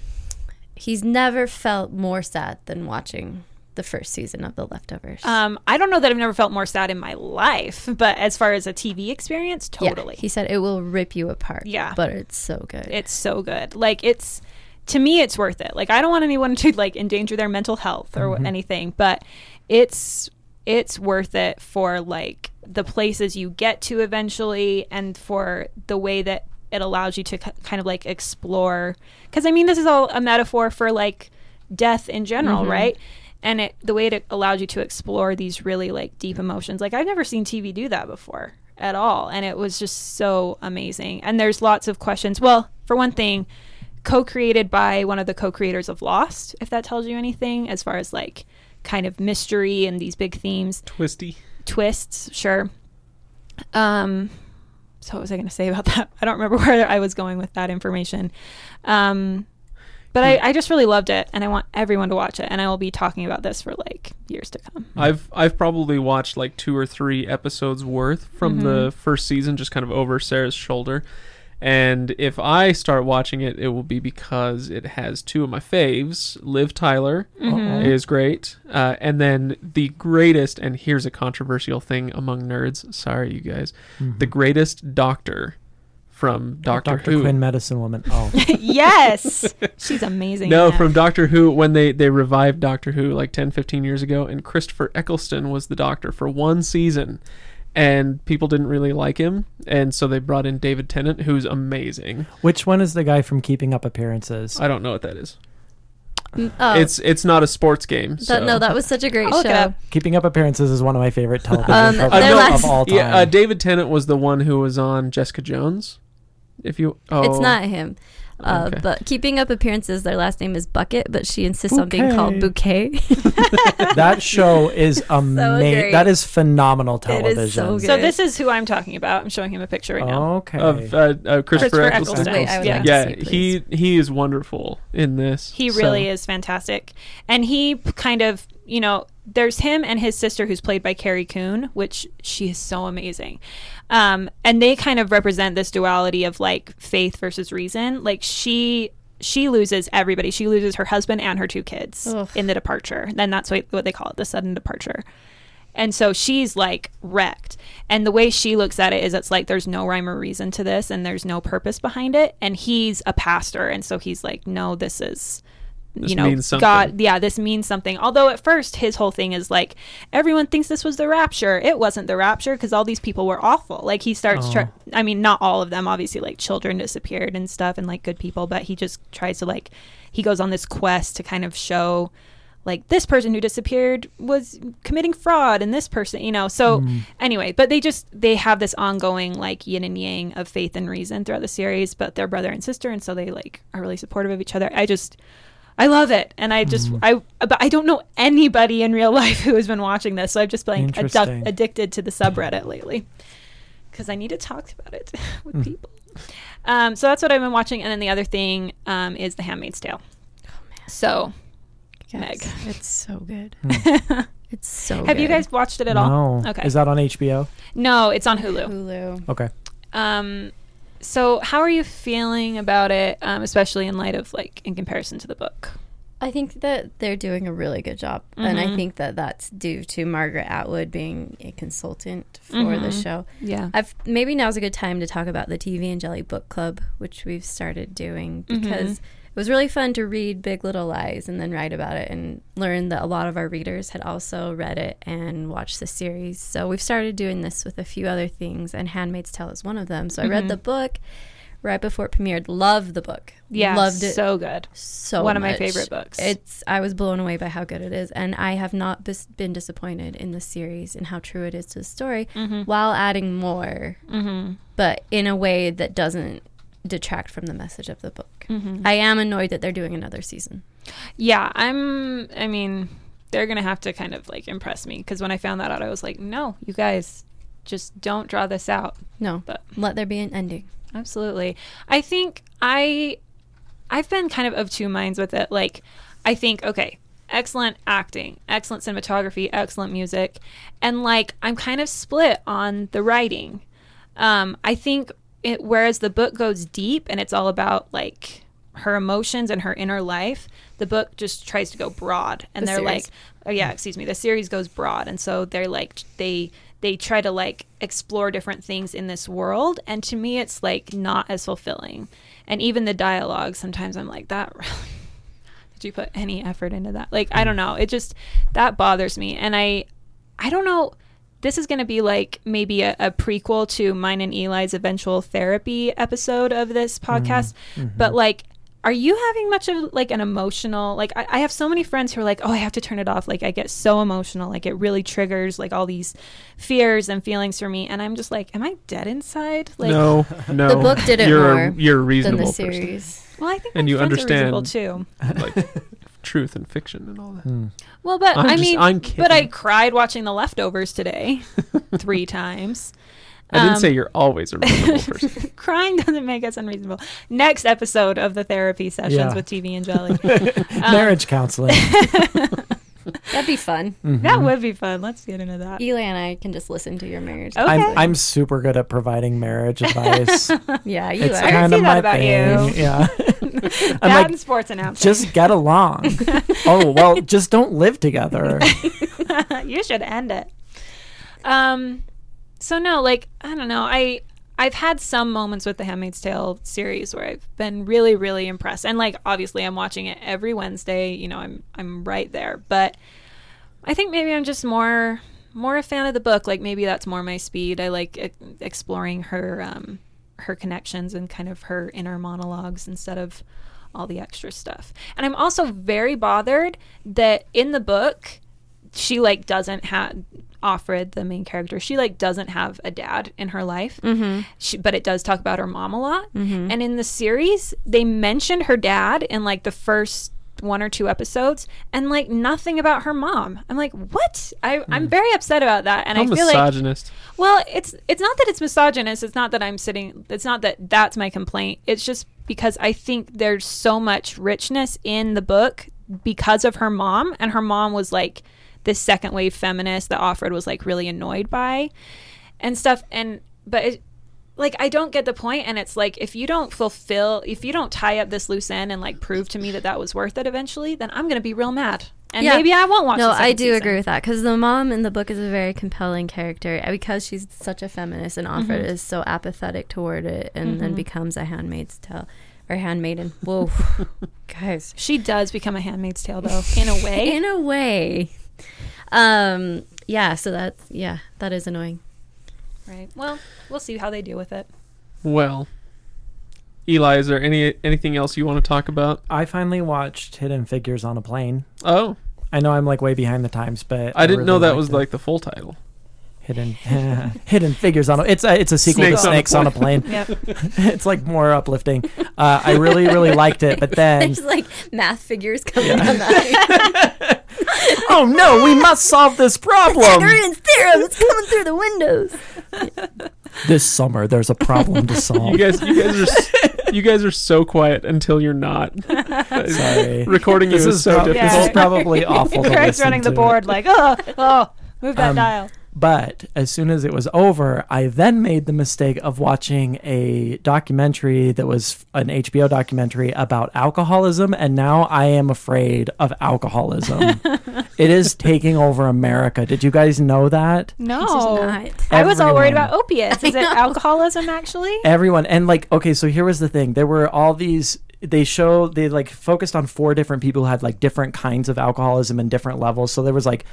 S4: He's never felt more sad than watching the first season of The Leftovers.
S5: Um, I don't know that I've never felt more sad in my life, but as far as a TV experience,
S4: Yeah,
S5: totally.
S4: he said it will rip you apart.
S5: Yeah.
S4: But it's so good.
S5: it's so good. Like it's to me, it's worth it. Like I don't want anyone to like endanger their mental health or anything, but it's it's worth it for like the places you get to eventually, and for the way that it allows you to k- kind of like explore. Because I mean, this is all a metaphor for like death in general, right? And it the way it allowed you to explore these really like deep emotions. Like I've never seen TV do that before at all, and it was just so amazing. And there's lots of questions. Well, for one thing, co-created by one of the co-creators of Lost, if that tells you anything, as far as like kind of mystery and these big themes
S2: Twisty.
S5: twists, sure. Um, so what was I going to say about that? I don't remember where I was going with that information. Um, but I, I just really loved it, and I want everyone to watch it. And I will be talking about this for like years to come.
S2: I've I've probably watched like two or three episodes worth from the first season, just kind of over Sarah's shoulder. And if I start watching it, it will be because it has two of my faves. Liv Tyler is great, uh, and then the greatest. And here's a controversial thing among nerds. Sorry, you guys. The greatest doctor from Mm-hmm. Doctor,
S3: Dr.
S2: Who.
S3: Quinn, medicine woman. Oh,
S5: yes, she's amazing. in
S2: No,
S5: that.
S2: from Doctor Who, when they, they revived Doctor Who like 10, 15 years ago, and Christopher Eccleston was the doctor for one season, and people didn't really like him, and so they brought in David Tennant, who's amazing.
S3: which one is the guy from Keeping Up Appearances?
S2: I don't know what that is.
S4: Mm, oh,
S2: It's it's not a sports game. So.
S4: that, no, that was such a great
S5: I'll look it
S4: show.
S5: up.
S3: Keeping Up Appearances is one of my favorite television
S4: Um,
S3: programs
S4: their
S3: of
S4: last-
S3: all time.
S2: Yeah, uh, David Tennant was the one who was on Jessica Jones. If you, oh,
S4: It's not him. Uh,
S2: Okay.
S4: But keeping up appearances, their last name is Bucket, but she insists on being
S3: Bouquet.
S4: called Bouquet.
S3: that show is amazing.
S4: great.
S3: that is phenomenal
S4: It
S3: television.
S4: is so
S5: So
S4: good.
S5: this is who I'm talking about. I'm showing him a picture right now.
S3: Okay.
S2: of uh, uh, Christopher,
S5: Christopher
S2: Eccleston.
S5: Eccleston.
S4: Wait, I would
S5: Yeah.
S4: like
S2: Yeah,
S4: to see, please.
S2: he he is wonderful in this.
S5: He
S2: so-
S5: really is fantastic. And he p- kind of, you know, there's him and his sister who's played by Carrie Coon, which she is so amazing. Um, and they kind of represent this duality of like faith versus reason. Like she she loses everybody. She loses her husband and her two kids
S4: Ugh.
S5: in the departure. Then that's what, what they call it, the sudden departure. And so she's like wrecked. And the way she looks at it is it's like there's no rhyme or reason to this and there's no purpose behind it. And he's a pastor. And so he's like, no, this is,
S2: This
S5: you know,
S2: means something.
S5: God, yeah, this means something. Although at first his whole thing is like, everyone thinks this was the rapture. It wasn't the rapture because all these people were awful. Like he starts, try-
S2: Oh.
S5: I mean, not all of them, obviously, like children disappeared and stuff and like good people, but he just tries to like, he goes on this quest to kind of show like this person who disappeared was committing fraud and this person you know so
S2: Hmm.
S5: anyway but they just they have this ongoing like yin and yang of faith and reason throughout the series but they're brother and sister and so they like are really supportive of each other i just i love it and i
S3: Mm.
S5: just i but i don't know anybody in real life who has been watching this so i've just been like,
S3: Interesting.
S5: adduc- addicted to the subreddit lately because i need to talk about it
S3: Mm.
S5: with people um, so that's what i've been watching and then the other thing um, is the handmaid's tale so Meg.
S4: It's so good. it's so
S5: have you guys watched it at all
S3: No.
S5: okay
S3: Is that on HBO?
S5: No, it's on Hulu.
S4: Hulu.
S3: Okay.
S5: Um, so how are you feeling about it, um, especially in light of like in comparison to the book?
S4: I think that they're doing a really good job, and
S2: Mm-hmm.
S4: I think that that's due to Margaret Atwood being a consultant for the
S2: Mm-hmm.
S4: show.
S5: Yeah.
S4: I've maybe now's a good time to talk about the TV and Jelly Book Club, which we've started doing
S5: Mm-hmm.
S4: because it was really fun to read Big Little Lies and then write about it and learn that a lot of our readers had also read it and watched the series. So we've started doing this with a few other things, and Handmaid's Tale is one of them. So I
S5: Mm-hmm.
S4: read the book right before it premiered. Loved the book.
S5: Yeah.
S4: loved it
S5: So good.
S4: so
S5: One of my
S4: much.
S5: favorite books.
S4: It's I was blown away by how good it is, and I have not bis- been disappointed in the series and how true it is to the story,
S5: Mm-hmm.
S4: while adding more, but in a way that doesn't detract from the message of the book.
S5: Mm-hmm.
S4: I am annoyed that they're doing another season.
S5: Yeah. I'm. I mean, they're gonna have to kind of like impress me because when I found that out, I was like, no, you guys, just don't draw this out.
S4: No,
S5: But-
S4: let there be an ending.
S5: Absolutely. I think I I've been kind of of two minds with it. Like I think okay, excellent acting, excellent cinematography, excellent music, and like I'm kind of split on the writing. Um I think it whereas the book goes deep and it's all about like her emotions and her inner life, the book just tries to go broad. And
S4: The
S5: they're
S4: series.
S5: like, oh, yeah, excuse me, the series goes broad. And so they're like, they they try to like explore different things in this world and to me it's like not as fulfilling and even the dialogue sometimes i'm like that did you put any effort into that like i don't know it just that bothers me and i i don't know this is going to be like maybe a, a prequel to mine and eli's eventual therapy episode of this
S2: Mm-hmm.
S5: podcast but like are you having much of like an emotional like I, I have so many friends who are like oh i have to turn it off like i get so emotional like it really triggers like all these fears and feelings for me and i'm just like am i dead inside like
S2: no, no.
S4: The book did it
S2: you're A,
S4: more
S2: you're a
S4: than
S2: reasonable
S4: the
S2: person.
S4: series.
S5: well i think
S2: And
S5: my
S2: you
S5: friends are reasonable,
S2: understand.
S5: too
S2: Like truth and fiction and all that.
S5: Well, but
S2: I'm
S5: i
S2: just-
S5: mean,
S2: I'm
S5: but I
S2: kidding.
S5: cried watching The Leftovers today three times.
S2: I didn't
S5: Um,
S2: say you're always a reasonable person.
S5: Crying doesn't make us unreasonable. Next episode of the therapy sessions
S3: Yeah.
S5: with TV and Jelly. Um,
S3: Marriage counseling.
S4: That'd be fun.
S5: That would be fun. Let's get into that.
S4: Eli and I can just listen to your marriage.
S5: Okay.
S3: I'm I'm super good at providing marriage advice.
S4: Yeah, you
S3: it's
S4: are.
S5: kinda-
S3: kind
S5: see
S3: of
S5: that
S3: my
S5: about
S3: thing.
S5: you.
S3: Yeah.
S5: Bad
S3: I'm like
S5: and sports announcement.
S3: just get along. oh well, just don't live together.
S5: you should end it. Um, so no, like I don't know. I I've had some moments with the Handmaid's Tale series where I've been really really impressed, and like obviously I'm watching it every Wednesday. You know, I'm I'm right there, but I think maybe I'm just more more a fan of the book. Like maybe that's more my speed. I like e- exploring her um, her connections and kind of her inner monologues instead of all the extra stuff. And I'm also very bothered that in the book she like doesn't have Offred, the main character, she like doesn't have a dad in her life, mm-hmm. she, but it does talk about her mom a lot. And in the series, they mentioned her dad in like the first one or two episodes, and like nothing about her mom. I'm like, what? I, I'm very upset about that, and i
S2: I'm
S5: feel like
S2: misogynist.
S5: well, it's it's not that it's misogynist. It's not that I'm sitting. It's not that that's my complaint. It's just because I think there's so much richness in the book because of her mom, and her mom was like this second wave feminist that Offred was like really annoyed by, and stuff. And but it, like I don't get the point, and it's like if you don't fulfill, if you don't tie up this loose end and like prove to me that that was worth it eventually, then I'm gonna be real mad, and
S4: Yeah.
S5: maybe I won't watch.
S4: No,
S5: the second
S4: I do
S5: season.
S4: agree with that because the mom in the book is a very compelling character uh, because she's such a feminist and Offred
S5: Mm-hmm.
S4: is so apathetic toward it and then becomes a handmaid's tale or handmaiden. Whoa, guys,
S5: She does become a Handmaid's Tale though, in a way.
S4: in a way, um, yeah. So that's yeah, that is annoying.
S5: Right. Well, we'll see how they deal with it.
S2: Well, Eli, is there any anything else you want to talk about?
S3: I finally watched Hidden Figures on a plane.
S2: Oh,
S3: I know I'm like way behind the times, but
S2: I didn't
S3: really
S2: know that
S3: liked
S2: was
S3: it.
S2: like the full title.
S3: hidden hidden figures on a, it's a it's a sequel
S2: Snakes
S3: to
S2: on a
S3: Snakes on a plane. it's like more uplifting. Uh, I really really liked it, but then
S4: There's like math figures coming down the
S3: oh no, we must solve this problem.
S4: Pythagorean theorem. It's coming through the windows.
S3: This summer there's a problem to
S2: You
S3: solve.
S2: guys, you guys are, s- you guys are so quiet until you're not.
S3: Sorry.
S2: Recording you
S3: This
S2: is
S3: is,
S2: so
S3: prob-
S2: difficult.
S3: this is
S5: Yeah.
S3: probably awful. to
S5: Craig's
S3: listen
S5: running the
S3: to.
S5: board like, oh, oh, move that
S3: Um,
S5: dial.
S3: But as soon as it was over, I then made the mistake of watching a documentary that was an HBO documentary about alcoholism, and now I am afraid of alcoholism. it is taking over America. Did you guys know that?
S5: No.
S4: She's not.
S5: I was all worried
S3: Everyone.
S5: about opiates. Is it alcoholism actually?
S3: Everyone and like okay, so here was the thing. There were all these they show they like focused on four different people who had like different kinds of alcoholism and different levels. So there was like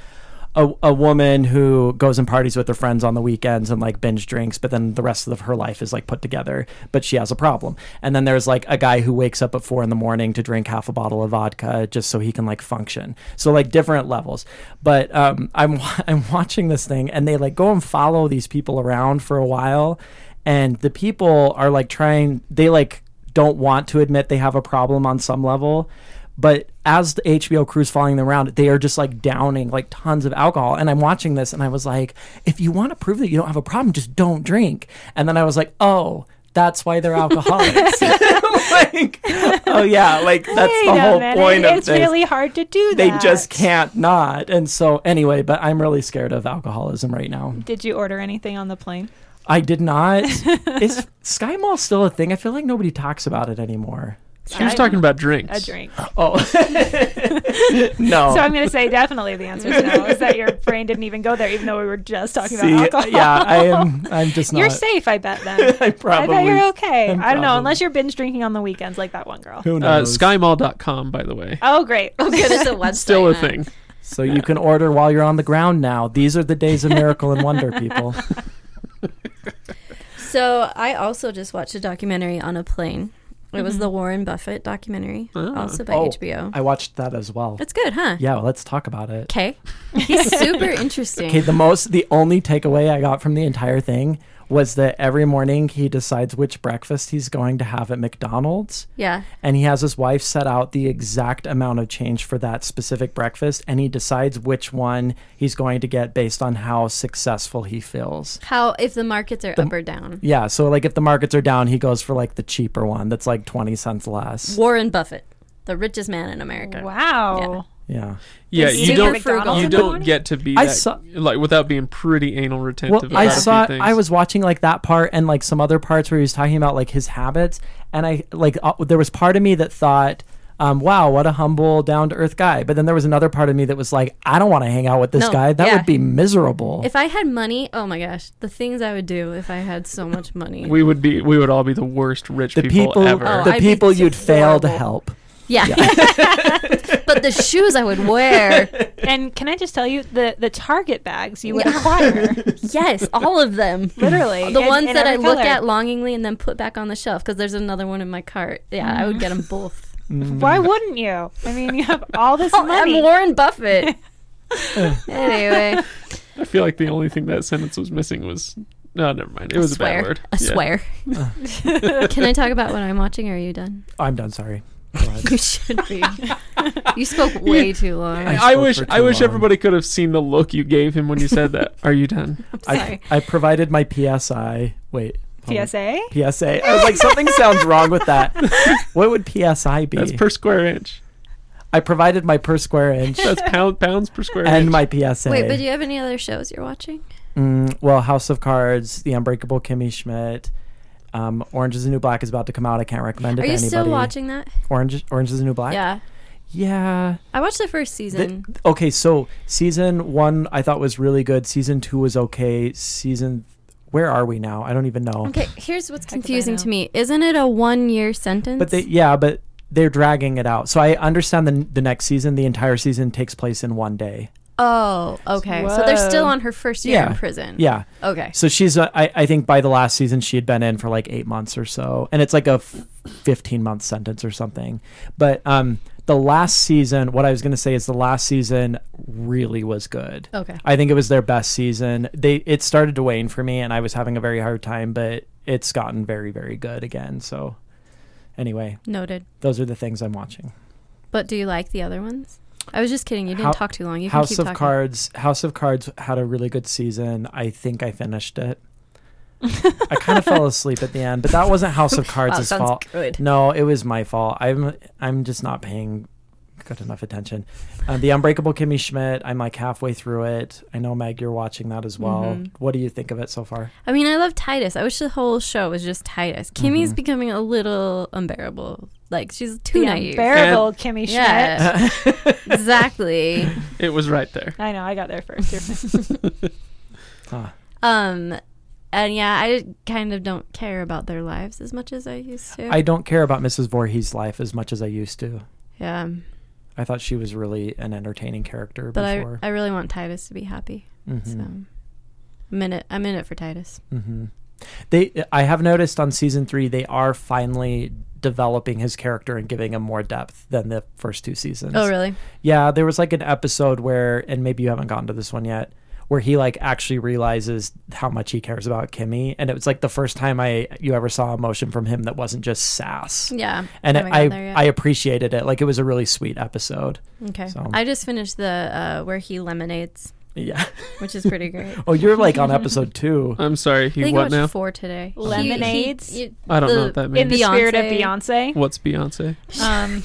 S3: a, a woman who goes and parties with her friends on the weekends and like binge drinks, but then the rest of her life is like put together, but she has a problem. And then there's like a guy who wakes up at four in the morning to drink half a bottle of vodka just so he can like function. So like different levels. But um, I'm wa- I'm watching this thing and they like go and follow these people around for a while, and the people are like trying. They like don't want to admit they have a problem on some level. But as the HBO crew's following them around, they are just like downing like tons of alcohol. And I'm watching this and I was like, if you want to prove that you don't have a problem, just don't drink. And then I was like, oh, that's why they're alcoholics. like, oh yeah, like that's
S5: Wait
S3: the
S5: a
S3: whole
S5: minute,
S3: point of
S5: It's
S3: this.
S5: really hard to do that.
S3: they just can't not. And so anyway, but I'm really scared of alcoholism right now.
S5: Did you order anything on the plane?
S3: I did not. Is Sky Mall still a thing? I feel like nobody talks about it anymore.
S2: She was talking about drinks.
S5: a drink.
S3: Oh. no.
S5: So I'm going to say definitely the answer is no. Is that your brain didn't even go there, even though we were just talking
S3: See,
S5: about alcohol.
S3: yeah, I am. I'm just not.
S5: You're safe, I bet. Then
S3: I probably.
S5: I bet you're okay.
S3: I'm
S5: I don't know,
S3: probably-
S5: unless you're binge drinking on the weekends like that one girl.
S3: Who
S2: Uh,
S3: knows?
S2: SkyMall.com, by the way.
S5: Oh, great.
S4: Oh, good. It's a website.
S2: Still a
S4: now.
S2: thing.
S3: So you can order while you're on the ground now. These are the days of miracle and wonder, people.
S4: So I also just watched a documentary on a plane. It was the Warren Buffett documentary,
S2: Ah.
S4: also by
S3: Oh,
S4: HBO.
S3: I watched that as well.
S4: It's good, huh?
S3: Yeah, well, let's talk about it.
S4: Okay. He's super interesting.
S3: Okay, the most, the only takeaway I got from the entire thing was that every morning he decides which breakfast he's going to have at McDonald's.
S4: yeah.
S3: and he has his wife set out the exact amount of change for that specific breakfast and he decides which one he's going to get based on how successful he feels
S4: How if the markets are up or down?
S3: yeah so like if the markets are down he goes for like the cheaper one that's like 20 cents less
S4: Warren Buffett, the richest man in America.
S5: Wow.
S3: yeah
S2: Yeah,
S5: Is
S2: you
S5: it
S2: don't.
S5: McDonald's
S2: You
S5: in the
S2: don't
S5: morning?
S2: get to be
S3: I
S2: that,
S3: saw-
S2: like without being pretty anal
S3: well
S2: retentive. about
S3: i
S2: a few
S3: saw
S2: things.
S3: i was watching like that part and like some other parts where he was talking about like his habits and i like uh, there was part of me that thought um, wow, what a humble, down to earth guy. But then there was another part of me that was like, I don't want to hang out with this
S4: No,
S3: guy. That
S4: yeah.
S3: would be miserable.
S4: If I had money, oh my gosh, the things I would do if I had so much money.
S2: We would be. We would all be the worst rich
S3: the
S2: people,
S3: people,
S2: ever.
S4: Oh,
S3: the
S4: I'd be
S3: people you'd fail to
S4: horrible.
S3: help.
S4: yeah. but the shoes I would wear,
S5: And can I just tell you the the Target bags you would acquire,
S4: yes, all of them.
S5: literally
S4: The
S5: in-
S4: ones
S5: in
S4: that I
S5: every
S4: look
S5: color.
S4: at longingly and then put back on the shelf because there's another one in my cart. Yeah, I would get them both.
S5: Why wouldn't you? I mean, you have all this
S4: Oh, I'm
S5: money.
S4: Warren Buffett. anyway,
S2: I feel like the only thing that sentence was missing was. No, never mind. It was
S4: I
S2: a
S4: swear.
S2: bad word.
S4: I
S2: Yeah.
S4: swear. Can I talk about what I'm watching? Or are you done?
S3: Oh, I'm done. Sorry. Go ahead.
S4: You should be. you spoke way too long.
S3: I
S4: I'm
S2: I
S3: spoke
S2: wish.
S3: for
S2: I
S3: too
S2: wish
S3: long.
S2: everybody could have seen the look you gave him when you said that. Are you done?
S4: sorry.
S3: I provided my PSI. Wait. hold on.
S5: PSA.
S3: PSA. I was like, something sounds wrong with that. What would PSI be?
S2: That's per square inch.
S3: I provided my per square inch
S2: That's pound pounds per square inch.
S3: and my PSA.
S4: Wait, but do you have any other shows you're watching?
S3: Mm, well, House of Cards, The Unbreakable Kimmy Schmidt, um, Orange is the New Black is about to come out. I can't recommend it
S4: Are
S3: to
S4: you
S3: anybody.
S4: still watching that?
S3: Orange, Orange is the New Black?
S4: Yeah.
S3: Yeah.
S4: I watched the first season.
S3: Okay, so season one I thought was really good. Season two was okay. Season, where are we now? I don't even know.
S4: okay, here's what's
S5: Heck if I
S4: confusing to
S5: know.
S4: me. Isn't it a one year sentence?
S3: But they, yeah, but they're dragging it out. So I understand the the next season, the entire season takes place in one day.
S4: oh, okay. So they're still
S5: Whoa.
S4: on her first year
S3: Yeah.
S4: in prison.
S3: Yeah.
S4: Okay.
S3: So she's, uh, I, I think by the last season she had been in for like eight months or so, and it's like a f- fifteen month sentence or something. But um, the last season, what I was gonna say is the last season really was good.
S4: Okay.
S3: I think it was their best season. They it started to wane for me, and I was having a very hard time, but it's gotten very very good again. So anyway,
S4: Noted.
S3: those are the things I'm watching.
S4: But do you like the other ones? I was just kidding. You didn't
S3: How-
S4: talk too long. You can
S3: House
S4: keep
S3: of
S4: talking.
S3: Cards. House of Cards had a really good season. I think I finished it. I kind of fell asleep at the end, but that wasn't House of
S4: Wow,
S3: Cards'
S4: Oh, sounds
S3: fault.
S4: good.
S3: No, it was my fault. I'm I'm just not paying good enough attention. Uh, the Unbreakable Kimmy Schmidt. I'm like halfway through it. I know Meg, you're watching that as well.
S4: Mhm.
S3: What do you think of it so far?
S4: I mean, I love Titus. I wish the whole show was just Titus.
S3: Mm-hmm.
S4: Kimmy's becoming a little unbearable. Like she's too
S5: The
S4: naive.
S5: Unbearable Kimmy Schmidt.
S4: yeah, exactly.
S2: it was right there.
S5: I know. I got there first. You're fine.
S3: Ah.
S4: Um, and yeah, I kind of don't care about their lives as much as I used to.
S3: I don't care about Mrs. Voorhees' life as much as I used to.
S4: yeah,
S3: I thought she was really an entertaining character
S4: but I,
S3: before.
S4: I really want Titus to be happy.
S3: Mhm.
S4: So I'm in it. I'm in it for Titus.
S3: hmm They, I have noticed on season three, they are finally developing his character and giving him more depth than the first two seasons.
S4: Oh, really?
S3: Yeah, there was like an episode where, and maybe you haven't gotten to this one yet, where he like actually realizes how much he cares about Kimmy, and it was like the first time I you ever saw emotion from him that wasn't just sass.
S4: Yeah.
S3: And
S4: haven't gotten
S3: I,
S4: there yet.
S3: I appreciated it. Like it was a really sweet episode.
S4: okay.
S3: so-
S4: I just finished the uh, where he lemonades,
S3: Yeah.
S4: which is pretty great.
S3: Oh, you're like on episode two.
S2: I'm sorry.
S4: I
S2: He
S4: think
S2: what
S4: I
S2: now?
S4: watched four today. He-
S5: Lemonades?
S4: he- you-
S2: I don't know
S4: the-
S2: what that
S5: In
S2: means.
S5: the spirit of
S4: Beyonce.
S5: Beyonce.
S2: What's Beyonce?
S5: Um,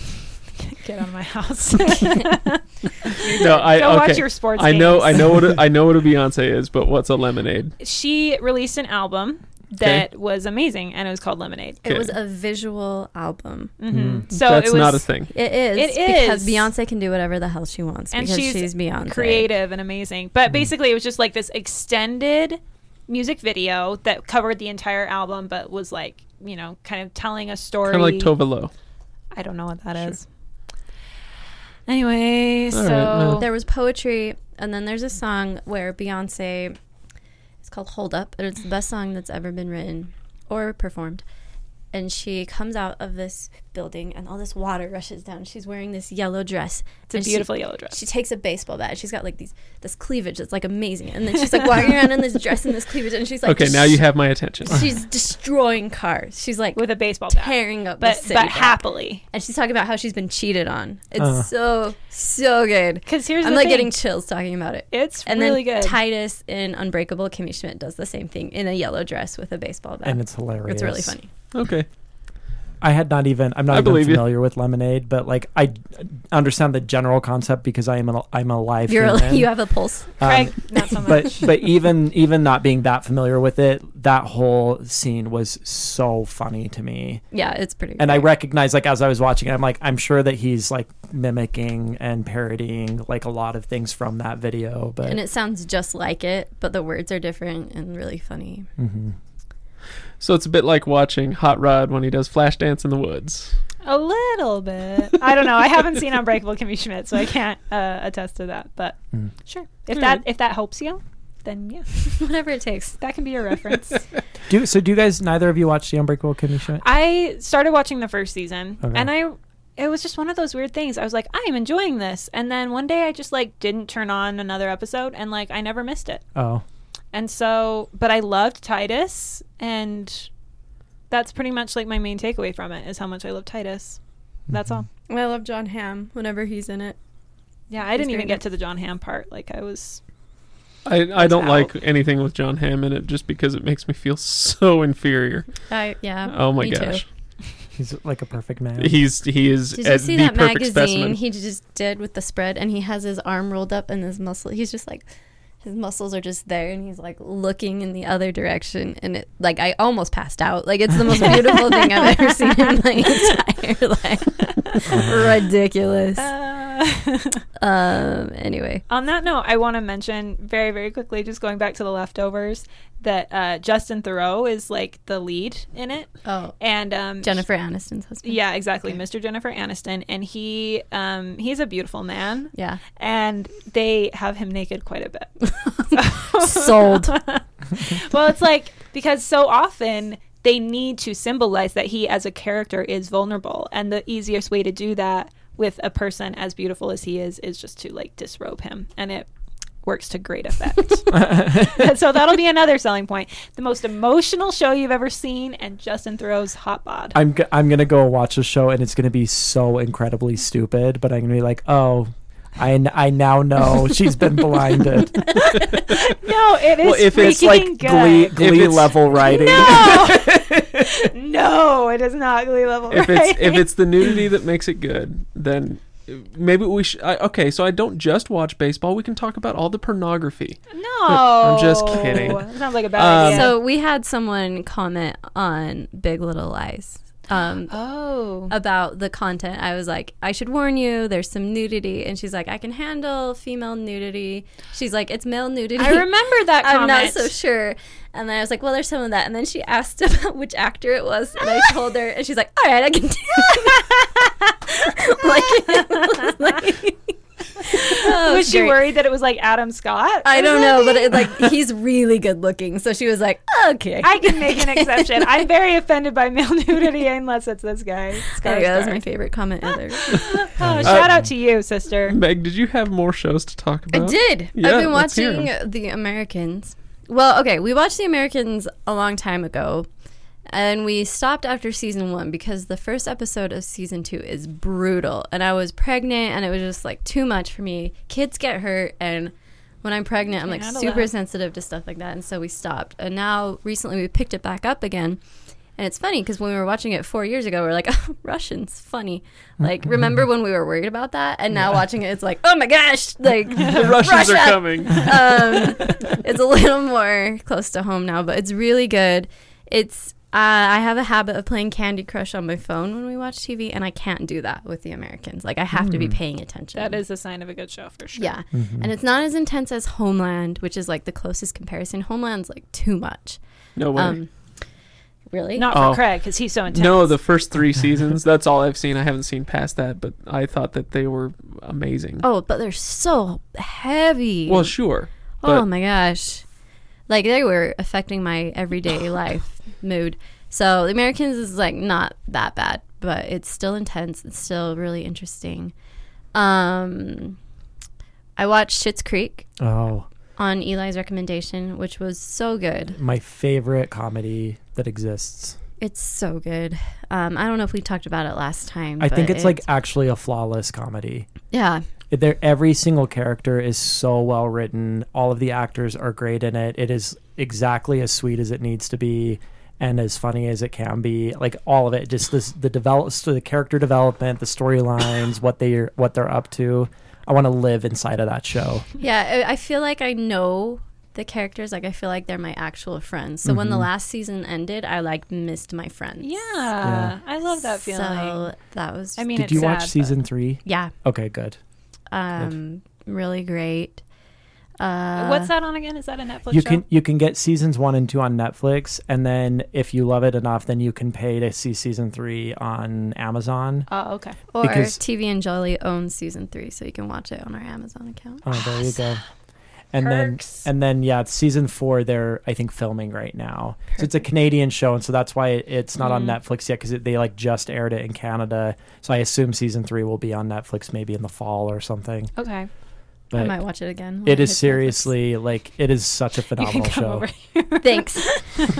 S5: get out of my house.
S2: No, I
S5: Go
S2: okay.
S5: watch your sports.
S2: I know, I
S5: games.
S2: know what a, I know what a Beyonce is, but what's a lemonade?
S5: She released an album that was amazing, and it was called Lemonade.
S2: Okay.
S4: It was a visual album.
S5: hmm So
S2: Mm. That's
S5: it was
S2: not a thing.
S4: It is.
S5: It
S4: because
S5: is.
S4: Beyonce can do whatever the hell she wants
S5: And
S4: because
S5: she's
S4: she's, Beyonce. Mm-hmm.
S5: creative and amazing. But basically, it was just like this extended music video that covered the entire album, but was like you know kind of telling a story.
S2: Kind of like Tova Lo.
S5: I don't know what that is. Anyway,
S2: All right,
S5: so
S2: well.
S4: There was poetry, and then there's a song where Beyonce. It's called "Hold Up," and it's the best song that's ever been written or performed. And she comes out of this building, and all this water rushes down. She's wearing this yellow dress.
S5: it's a
S4: and she-
S5: beautiful yellow dress.
S4: she takes a baseball bat. She's got like these this cleavage that's like amazing, and then she's like walking around in this dress and this cleavage, and she's like,
S2: okay, now you have my attention.
S4: She's destroying cars. She's like
S5: with a baseball bat,
S4: tearing up,
S5: but
S4: the city
S5: but
S4: block.
S5: happily.
S4: And she's talking about how she's been cheated on. It's
S3: Uh.
S4: so so good.
S5: Because here's
S4: I'm
S5: the
S4: like
S5: thing.
S4: getting chills talking about it.
S5: it's
S4: And
S5: really
S4: then
S5: good.
S4: Titus in Unbreakable Kimmy Schmidt does the same thing in a yellow dress with a baseball bat.
S3: and it's hilarious.
S4: it's really funny.
S2: Okay.
S3: I had not even. I'm not
S2: I
S3: even
S2: believe you.
S3: familiar with lemonade, but like I d- understand the general concept because I am an, I'm a live
S4: You're
S3: human.
S4: you have a pulse.
S3: Um,
S5: Craig, not so much.
S3: but but even even not being that familiar with it, that whole scene was so funny to me.
S4: Yeah, it's pretty.
S3: And I
S4: great.
S3: recognize like as I was watching it, I'm like, I'm sure that he's like mimicking and parodying like a lot of things from that video. But
S4: and it sounds just like it, but the words are different and really funny.
S3: Mhm.
S2: So it's a bit like watching Hot Rod when he does Flashdance in the Woods.
S5: A little bit. I don't know. I haven't seen Unbreakable Kimmy Schmidt, so I can't uh, attest to that. But
S3: Mm.
S5: sure, Hmm. if
S2: All
S5: that
S2: right.
S5: if that helps you, then yeah,
S4: Whatever it takes.
S5: that can be your reference.
S3: do so. Do you guys? Neither of you watch the Unbreakable Kimmy Schmidt?
S5: I started watching the first season,
S3: Okay.
S5: and I it was just one of those weird things. I was like, I am enjoying this, and then one day I just like didn't turn on another episode, and like I never missed it.
S3: Oh,
S5: And so, but I loved Titus, and that's pretty much like my main takeaway from it is how much I love Titus. That's all.
S4: I love John Hamm whenever he's in it.
S5: Yeah, I
S4: He's
S5: didn't even
S4: great.
S5: get to the John Hamm part. Like I was
S2: I, I
S5: It's
S2: don't
S5: out.
S2: like anything with John Hamm in it just because it makes me feel so inferior.
S4: I yeah.
S2: Oh my
S4: Uh, me too.
S2: gosh.
S3: he's like a perfect man.
S2: He's he is
S4: Did
S2: at
S4: you see
S2: the
S4: that
S2: perfect
S4: magazine
S2: specimen.
S4: he just did with the spread? And he has his arm rolled up and his muscle. He's just like, his muscles are just there, and he's like looking in the other direction. And it, like, I almost passed out. Like, it's the most beautiful thing I've ever seen in my entire
S2: Uh-huh.
S4: life. Ridiculous.
S5: Uh,
S4: Um. Anyway,
S5: On that note, I want to mention very, very quickly, just going back to the leftovers, that uh, Justin Thoreau is like the lead in it,
S4: oh,
S5: and um,
S4: Jennifer Aniston's husband.
S5: Yeah, exactly,
S4: Okay.
S5: Mr. Jennifer Aniston, and he um, he's a beautiful man,
S4: Yeah.
S5: and they have him naked quite a bit.
S4: Sold.
S5: well, it's like because so often they need to symbolize that he as a character is vulnerable, and the easiest way to do that with a person as beautiful as he is is just to like disrobe him, and it works to great effect. so that'll be another selling point. The most emotional show you've ever seen, and Justin Thoreau's hot bod.
S3: I'm g- I'm gonna go watch a show and it's gonna be so incredibly stupid, but I'm gonna be like, oh, I, n- I now know she's been blinded.
S5: no, it is
S2: Well, if
S5: freaking
S2: it's,
S3: like
S5: good.
S3: Glee Glee
S2: it's-
S3: level writing.
S5: No, no, it is not Glee level.
S2: if it's if
S5: writing.
S2: it's the nudity that makes it good, then maybe we should. I, okay, so I don't just watch baseball. We can talk about all the pornography.
S5: no,
S2: I'm just kidding.
S5: Sounds like a bad
S2: Um,
S5: idea.
S4: So we had someone comment on Big Little Lies. Um,
S5: oh,
S4: about the content. I was like, I should warn you, there's some nudity. And she's like, I can handle female nudity. She's like, it's male nudity.
S5: I remember that
S4: I'm
S5: comment.
S4: not so sure. And then I was like, well, there's some of that. And then she asked about which actor it was. And I told her, and she's like, all right, I can do it. like, like- Oh,
S5: Was she
S4: great.
S5: worried that it was like Adam Scott?
S4: I
S5: or
S4: don't know, but
S5: something?
S4: it, like he's really good looking. So she was like, okay.
S5: I can make an exception. I'm very offended by male nudity unless it's this guy.
S4: There
S5: Scar
S4: you go. That was
S5: Star.
S4: my favorite comment ever.
S2: Uh-huh. Uh,
S5: Oh, shout out to you, sister.
S2: Meg, did you have more shows to talk
S4: I
S2: about?
S4: did.
S2: Yeah,
S4: I've been
S2: let's hear
S4: watching The Americans. Well, okay, we watched The Americans a long time ago, and we stopped after season one because the first episode of season two is brutal. And I was pregnant, and it was just like too much for me. Kids get hurt, and when I'm pregnant, I'm
S5: Can't
S4: like
S5: handle
S4: super
S5: that.
S4: sensitive to stuff like that. And so we stopped. And now recently we picked it back up again. And it's funny because when we were watching it four years ago, we were like, oh, Russians, funny.
S2: Mm-hmm.
S4: Like, remember when we were worried about that? And now watching it, it's like, oh my gosh, like,
S2: The Russians are
S4: Russia.
S2: coming.
S4: um, it's a little more close to home now, but it's really good. it's uh, I have a habit of playing Candy Crush on my phone when we watch TV, and I can't do that with the Americans. Like I have
S2: Hmm.
S4: to be paying attention.
S5: That is a sign of a good show for sure.
S4: Yeah.
S3: Mm-hmm.
S4: And it's not as intense as Homeland, which is like the closest comparison. Homeland's like too much.
S2: No way.
S4: Um really?
S5: Not for
S2: Oh.
S5: Craig because he's so intense.
S2: no, the first three seasons. That's all I've seen. I haven't seen past that, but I thought that they were amazing.
S4: Oh, but they're so heavy.
S2: well, sure.
S4: oh
S2: but-
S4: my gosh. Like they were affecting my everyday life mood. So the Americans is like not that bad, but it's still intense. It's still really interesting. Um I watched Schitt's Creek
S3: Oh,
S4: on Eli's recommendation, which was so good.
S3: my favorite comedy that exists.
S4: It's so good. Um, I don't know if we talked about it last time.
S3: I think
S4: but
S3: it's like actually a flawless comedy.
S4: yeah,
S3: There, every single character is so well written. All of the actors are great in it. It is exactly as sweet as it needs to be, and as funny as it can be. Like all of it, just this the develop, so the character development, the storylines, what they're what they're up to. I want to live inside of that show.
S4: yeah. I, I feel like I know the characters. Like I feel like they're my actual friends. So when the last season ended, I like missed my friends.
S5: Mm-hmm. Yeah, I love that feeling.
S4: So that was.
S5: I mean,
S3: Did
S5: it's
S3: you
S5: sad,
S3: watch
S5: but-
S3: season three?
S4: yeah,
S3: Okay, good.
S4: um, really great. Uh,
S5: What's that on again? Is that a Netflix
S3: you
S5: show?
S3: can you can get seasons one and two on Netflix, and then if you love it enough, then you can pay to see season three on Amazon.
S5: oh, okay.
S4: Or
S3: because-
S4: TV and Jolly owns season three, so you can watch it on our Amazon account.
S3: Oh, there you go. And
S5: Perks.
S3: then and then yeah, it's season four. They're I think filming right now, so it's a Canadian show, and so that's why it, it's not on Netflix yet because they like just aired it in Canada. So I assume season three will be on Netflix maybe in the fall or something.
S5: Okay.
S4: I
S3: But
S4: might watch it again. when
S3: it
S4: I
S3: is
S4: hit Netflix.
S3: seriously like it is such a
S5: You can
S3: phenomenal
S5: come
S3: show.
S5: over.
S4: Thanks.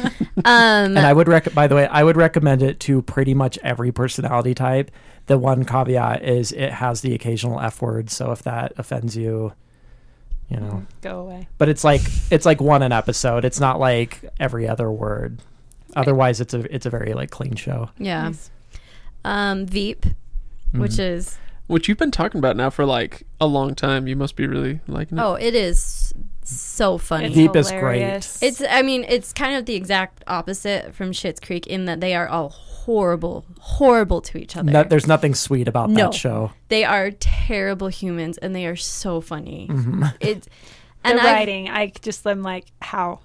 S4: um,
S3: And I would rec- by the way, I would recommend it to pretty much every personality type. The one caveat is it has the occasional F word, so if that offends you, you know.
S5: Go away.
S3: But it's like it's like one an episode. It's not like every other word. Otherwise it's a it's a very like clean show.
S4: yeah.
S5: Nice.
S4: Um, Veep,
S3: Mm. Mm-hmm.
S4: which is
S2: Which you've been talking about now for like a long time. You must be really
S5: Mm-hmm.
S2: liking it.
S4: Oh, it is so
S5: It's
S4: funny.
S3: Deep is
S5: hilarious.
S4: It's, I mean, it's kind of the exact opposite from Schitt's Creek in that they are all horrible, horrible to each other.
S3: No, there's nothing sweet about
S4: No.
S3: that show.
S4: they are terrible humans, and they are so funny. It's
S5: the
S4: and I
S5: writing. I just am like, how?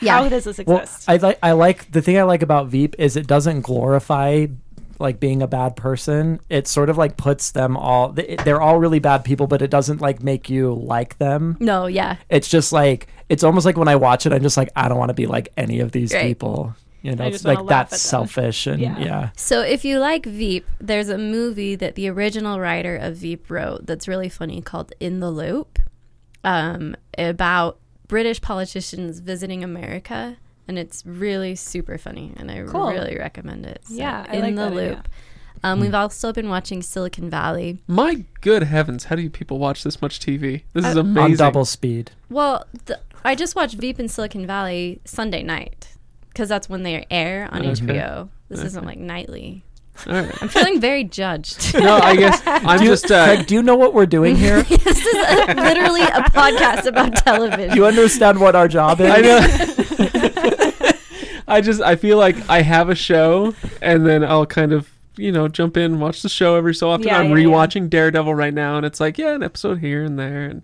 S4: Yeah.
S5: How does this
S3: Well,
S5: exist?
S3: I like I like the thing I like about Veep is it doesn't glorify like being a bad person. It sort of like puts them all th- they're all really bad people, but it doesn't like make you like them.
S4: no, yeah,
S3: It's just like it's almost like when I watch it, I'm just like I don't want to be like any of these
S4: Right.
S3: people. You know,
S5: I
S3: it's
S5: just wanna
S3: like
S5: laugh
S3: that's
S5: at them.
S3: selfish and
S5: Yeah.
S3: yeah.
S4: So if you like Veep, there's a movie that the original writer of Veep wrote that's really funny called In the Loop um, about British politicians visiting America. And it's really super funny, and I
S5: Cool.
S4: really recommend it. So,
S5: Yeah, I
S4: in
S5: like
S4: the
S5: that idea.
S4: loop. Um, We've also been watching Silicon Valley.
S2: My good heavens! How do you people watch this much TV? This
S3: Uh,
S2: is amazing.
S3: on double speed.
S4: Well, th- I just watched Veep and Silicon Valley Sunday night because that's when they air on
S2: Okay.
S4: HBO. This isn't like nightly.
S2: All right.
S4: I'm feeling very judged.
S2: No, I guess I'm just. Uh,
S3: Craig, do you know what we're doing here? do
S4: this is a, literally a podcast about television.
S3: you understand what our job is?
S2: I know. I just I feel like I have a show, and then I'll kind of you know jump in, watch the show every so often.
S5: Yeah,
S2: I'm
S5: yeah, yeah.
S2: rewatching Daredevil right now, and it's like yeah, an episode here and there, and,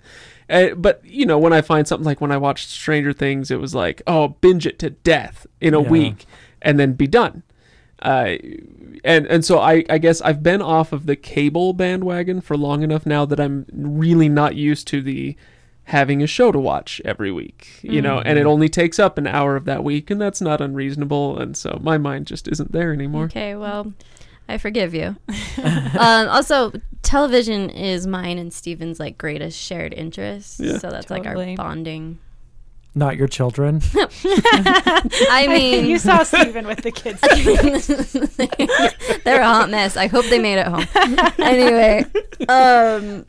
S2: and but you know when I find something like when I watched Stranger Things, it was like oh binge it to death in a
S3: Yeah.
S2: week, and then be done. Uh, and and so I, I guess I've been off of the cable bandwagon for long enough now that I'm really not used to the having a show to watch every week, you know, and it
S4: Mm-hmm.
S2: only takes up an hour of that week, and that's not unreasonable. And so my mind just isn't there anymore.
S4: Okay, well, I forgive you. um, also, television is mine and Steven's like greatest shared interest.
S2: Yeah.
S4: So that's like
S5: Totally.
S4: our bonding.
S3: Not your children.
S4: I mean,
S5: you saw Steven with the kids.
S4: they're a hot mess. I hope they made it home. anyway, um,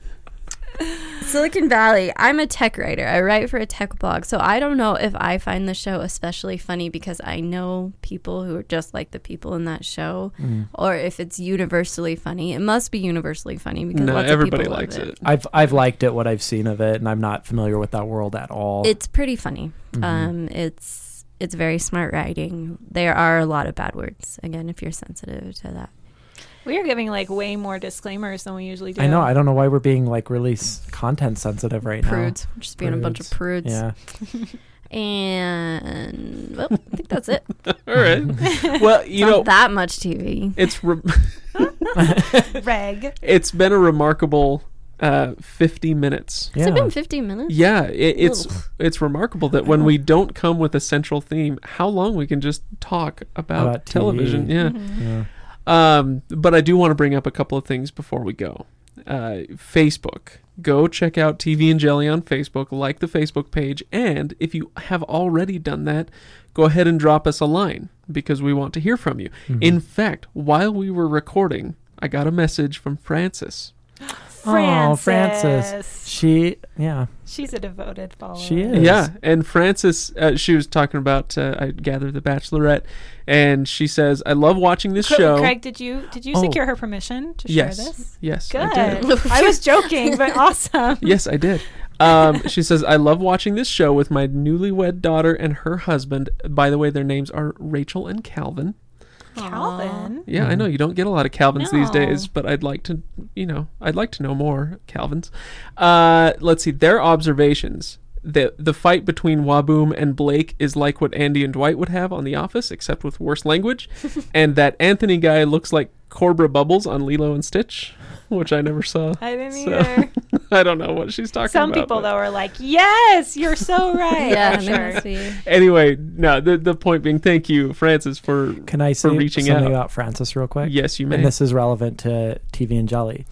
S4: Silicon Valley. I'm a tech writer. I write for a tech blog, so I don't know if I find the show especially funny because I know people who are just like the people in that show,
S2: Mm.
S4: or if it's universally funny. It must be universally funny because
S2: No,
S4: lots
S2: everybody
S4: of people
S2: likes
S4: love
S2: it.
S3: I've I've liked it what I've seen of it, and I'm not familiar with that world at all. Mm-hmm.
S2: Mm-hmm.
S4: It's pretty funny. Um, it's it's very smart writing. There are a lot of bad words. Again, if you're sensitive to that.
S5: We are giving like way more disclaimers than we usually do.
S3: I know. I don't know why we're being like really s- content sensitive right
S4: prudes. We're just being a bunch of
S3: now.
S4: prudes.
S3: Yeah.
S4: And well, I think that's it.
S2: All right. Well,
S4: It's
S2: you
S4: not
S2: know,
S4: that much TV.
S2: it's re-
S5: Reg.
S2: it's been a remarkable uh, 50 minutes.
S4: Has
S3: yeah.
S4: it been 15 minutes?
S2: Yeah, it, it's it's remarkable that when we don't come with a central theme, how long we can just talk about,
S3: About TV.
S2: television. Yeah.
S5: Mm-hmm.
S3: yeah.
S2: Um, but I do want to bring up a couple of things before we go. Uh, Facebook. Go check out TV and Jelly on Facebook, like the Facebook page, and if you have already done that, go ahead and drop us a line because we want to hear from you.
S3: Mm-hmm.
S2: In fact, while we were recording, I got a message from Francis.
S3: Oh, Francis. Mm-hmm. She, yeah,
S5: She's a devoted follower.
S3: she is.
S2: Yeah, and Francis, uh, she was talking about, uh, I gather, The Bachelorette, and she says, I love watching this
S5: Cra-
S2: show.
S5: Craig, did you did you
S3: Oh.
S5: secure her permission to
S2: yes.
S5: share this?
S2: Yes. I
S5: Good.
S2: did.
S5: I was joking, but awesome.
S2: Yes, I did. Um, she says, I love watching this show with my newlywed daughter and her husband. By the way, their names are Rachel and Calvin.
S5: Calvin.
S2: Yeah, I know you don't get a lot of Calvins these
S5: No.
S2: days, but I'd like to, you know, I'd like to know more Calvins. Uh, let's see their observations. The, the fight between Waboom and Blake is like what Andy and Dwight would have on The Office, except with worse language. and that Anthony guy looks like Cobra Bubbles on Lilo and Stitch, which I never saw.
S5: I didn't
S2: So,
S5: either.
S2: I don't know what she's talking
S5: Some
S2: about.
S5: people
S2: but-
S5: though are like, "Yes, you're so right."
S4: Yeah,
S5: I'm
S4: they
S5: sure.
S4: must be.
S2: anyway, no, the, the point being, thank you, Francis, for.
S3: Can I say
S2: reaching
S3: something
S2: out.
S3: about Francis real quick?
S2: Yes, you may.
S3: And this is relevant to TV and Jelly.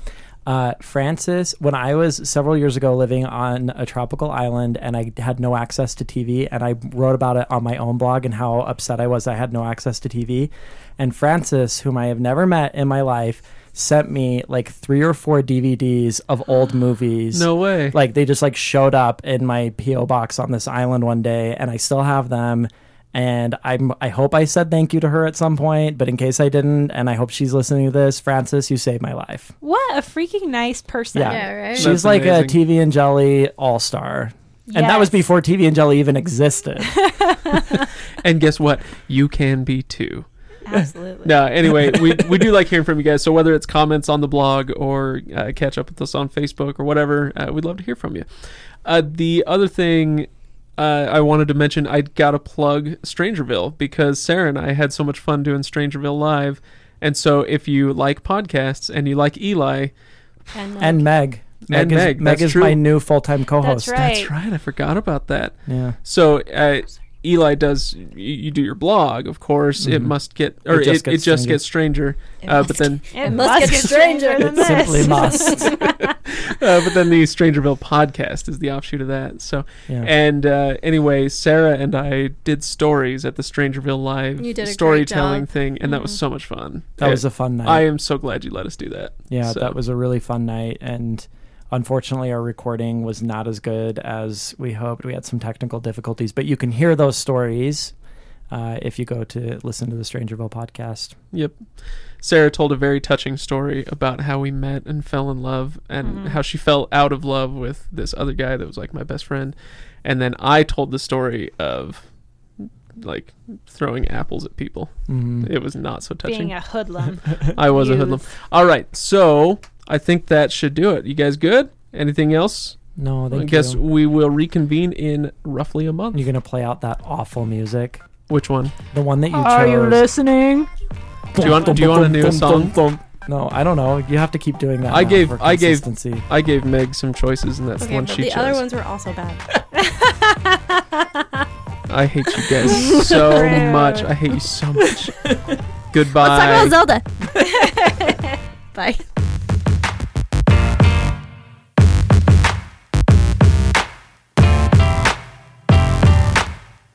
S3: Uh, Francis, when I was several years ago living on a tropical island and I had no access to TV, and I wrote about it on my own blog and how upset I was I had no access to TV. And Francis, whom I have never met in my life, sent me like three or four DVDs of old movies.
S2: No way.
S3: Like they just like showed up in my PO box on this island one day, and I still have them. And I'm I hope I said thank you to her at some point, but in case I didn't, and I hope she's listening to this, Francis, you saved my life.
S5: What a freaking nice person.
S3: Yeah.
S4: Yeah, right?
S2: That's
S3: she's like
S2: amazing.
S3: a TV and Jelly all star. And that was
S5: Yes.
S3: before TV and Jelly even existed.
S2: and guess what? You can be too.
S5: Absolutely.
S2: No, anyway, we, we do like hearing from you guys. So whether it's comments on the blog or uh, catch up with us on Facebook or whatever, uh, we'd love to hear from you. Uh, the other thing uh, I wanted to mention, I got to plug Strangerville because Sarah and I had so much fun doing Strangerville live. And so if you like podcasts and you like Eli,
S4: And, then-
S3: and Meg. Meg
S2: And
S3: is,
S2: Meg, that's
S3: is
S2: true.
S3: my new full time co host.
S5: That's right.
S2: that's right, I forgot about that.
S3: Yeah.
S2: So uh, Eli does. You, you do your blog, of course. It
S3: Mhm.
S2: must get, or it
S3: It
S2: just,
S3: just
S2: it,
S3: gets
S2: just
S3: stranger.
S2: gets stranger.
S4: It
S2: Uh,
S4: must
S2: but then,
S5: It
S4: must
S5: must
S4: get
S5: get
S4: stranger
S5: stranger than
S3: It
S5: this.
S3: simply must.
S2: uh, but then the Strangerville podcast is the offshoot of that. So,
S3: Yeah.
S2: and uh, anyway, Sarah and I did stories at the Strangerville live
S4: You did a great
S2: storytelling
S4: job. Mm-hmm.
S2: thing, and that was so much fun.
S3: that
S2: It-
S3: was a fun night.
S2: I am so glad you let us do that.
S3: Yeah,
S2: So-
S3: that was a really fun night. And unfortunately, our recording was not as good as we hoped. We had some technical difficulties, but you can hear those stories uh, if you go to listen to the Strangerville podcast.
S2: Yep. Sarah told a very touching story about how we met and fell in love and
S4: Mm-hmm.
S2: how she fell out of love with this other guy that was like my best friend. And then I told the story of like throwing apples at people.
S3: Mhm.
S2: It was not so touching.
S5: Being a hoodlum.
S2: I was a hoodlum.
S5: youth.
S2: All right. So I think that should do it. You guys good? Anything else?
S3: No, thank
S2: I guess
S3: you.
S2: we will reconvene in roughly a month.
S3: You're going to play out that awful music.
S2: Which one?
S3: The one that you
S5: Are
S3: chose.
S5: you listening?
S2: Do you want- do you want a new song?
S3: No, I don't know. You have to keep doing that.
S2: I
S3: now
S2: gave-
S3: for
S2: I gave-
S3: consistency.
S2: I gave Meg some choices, and that's the
S4: okay,
S2: one
S4: but
S2: she
S4: the
S2: chose.
S4: other ones were also bad.
S2: I hate you guys so
S5: Rude.
S2: much. I hate you so much.
S4: Let's talk
S2: Goodbye.
S4: about Zelda. Bye.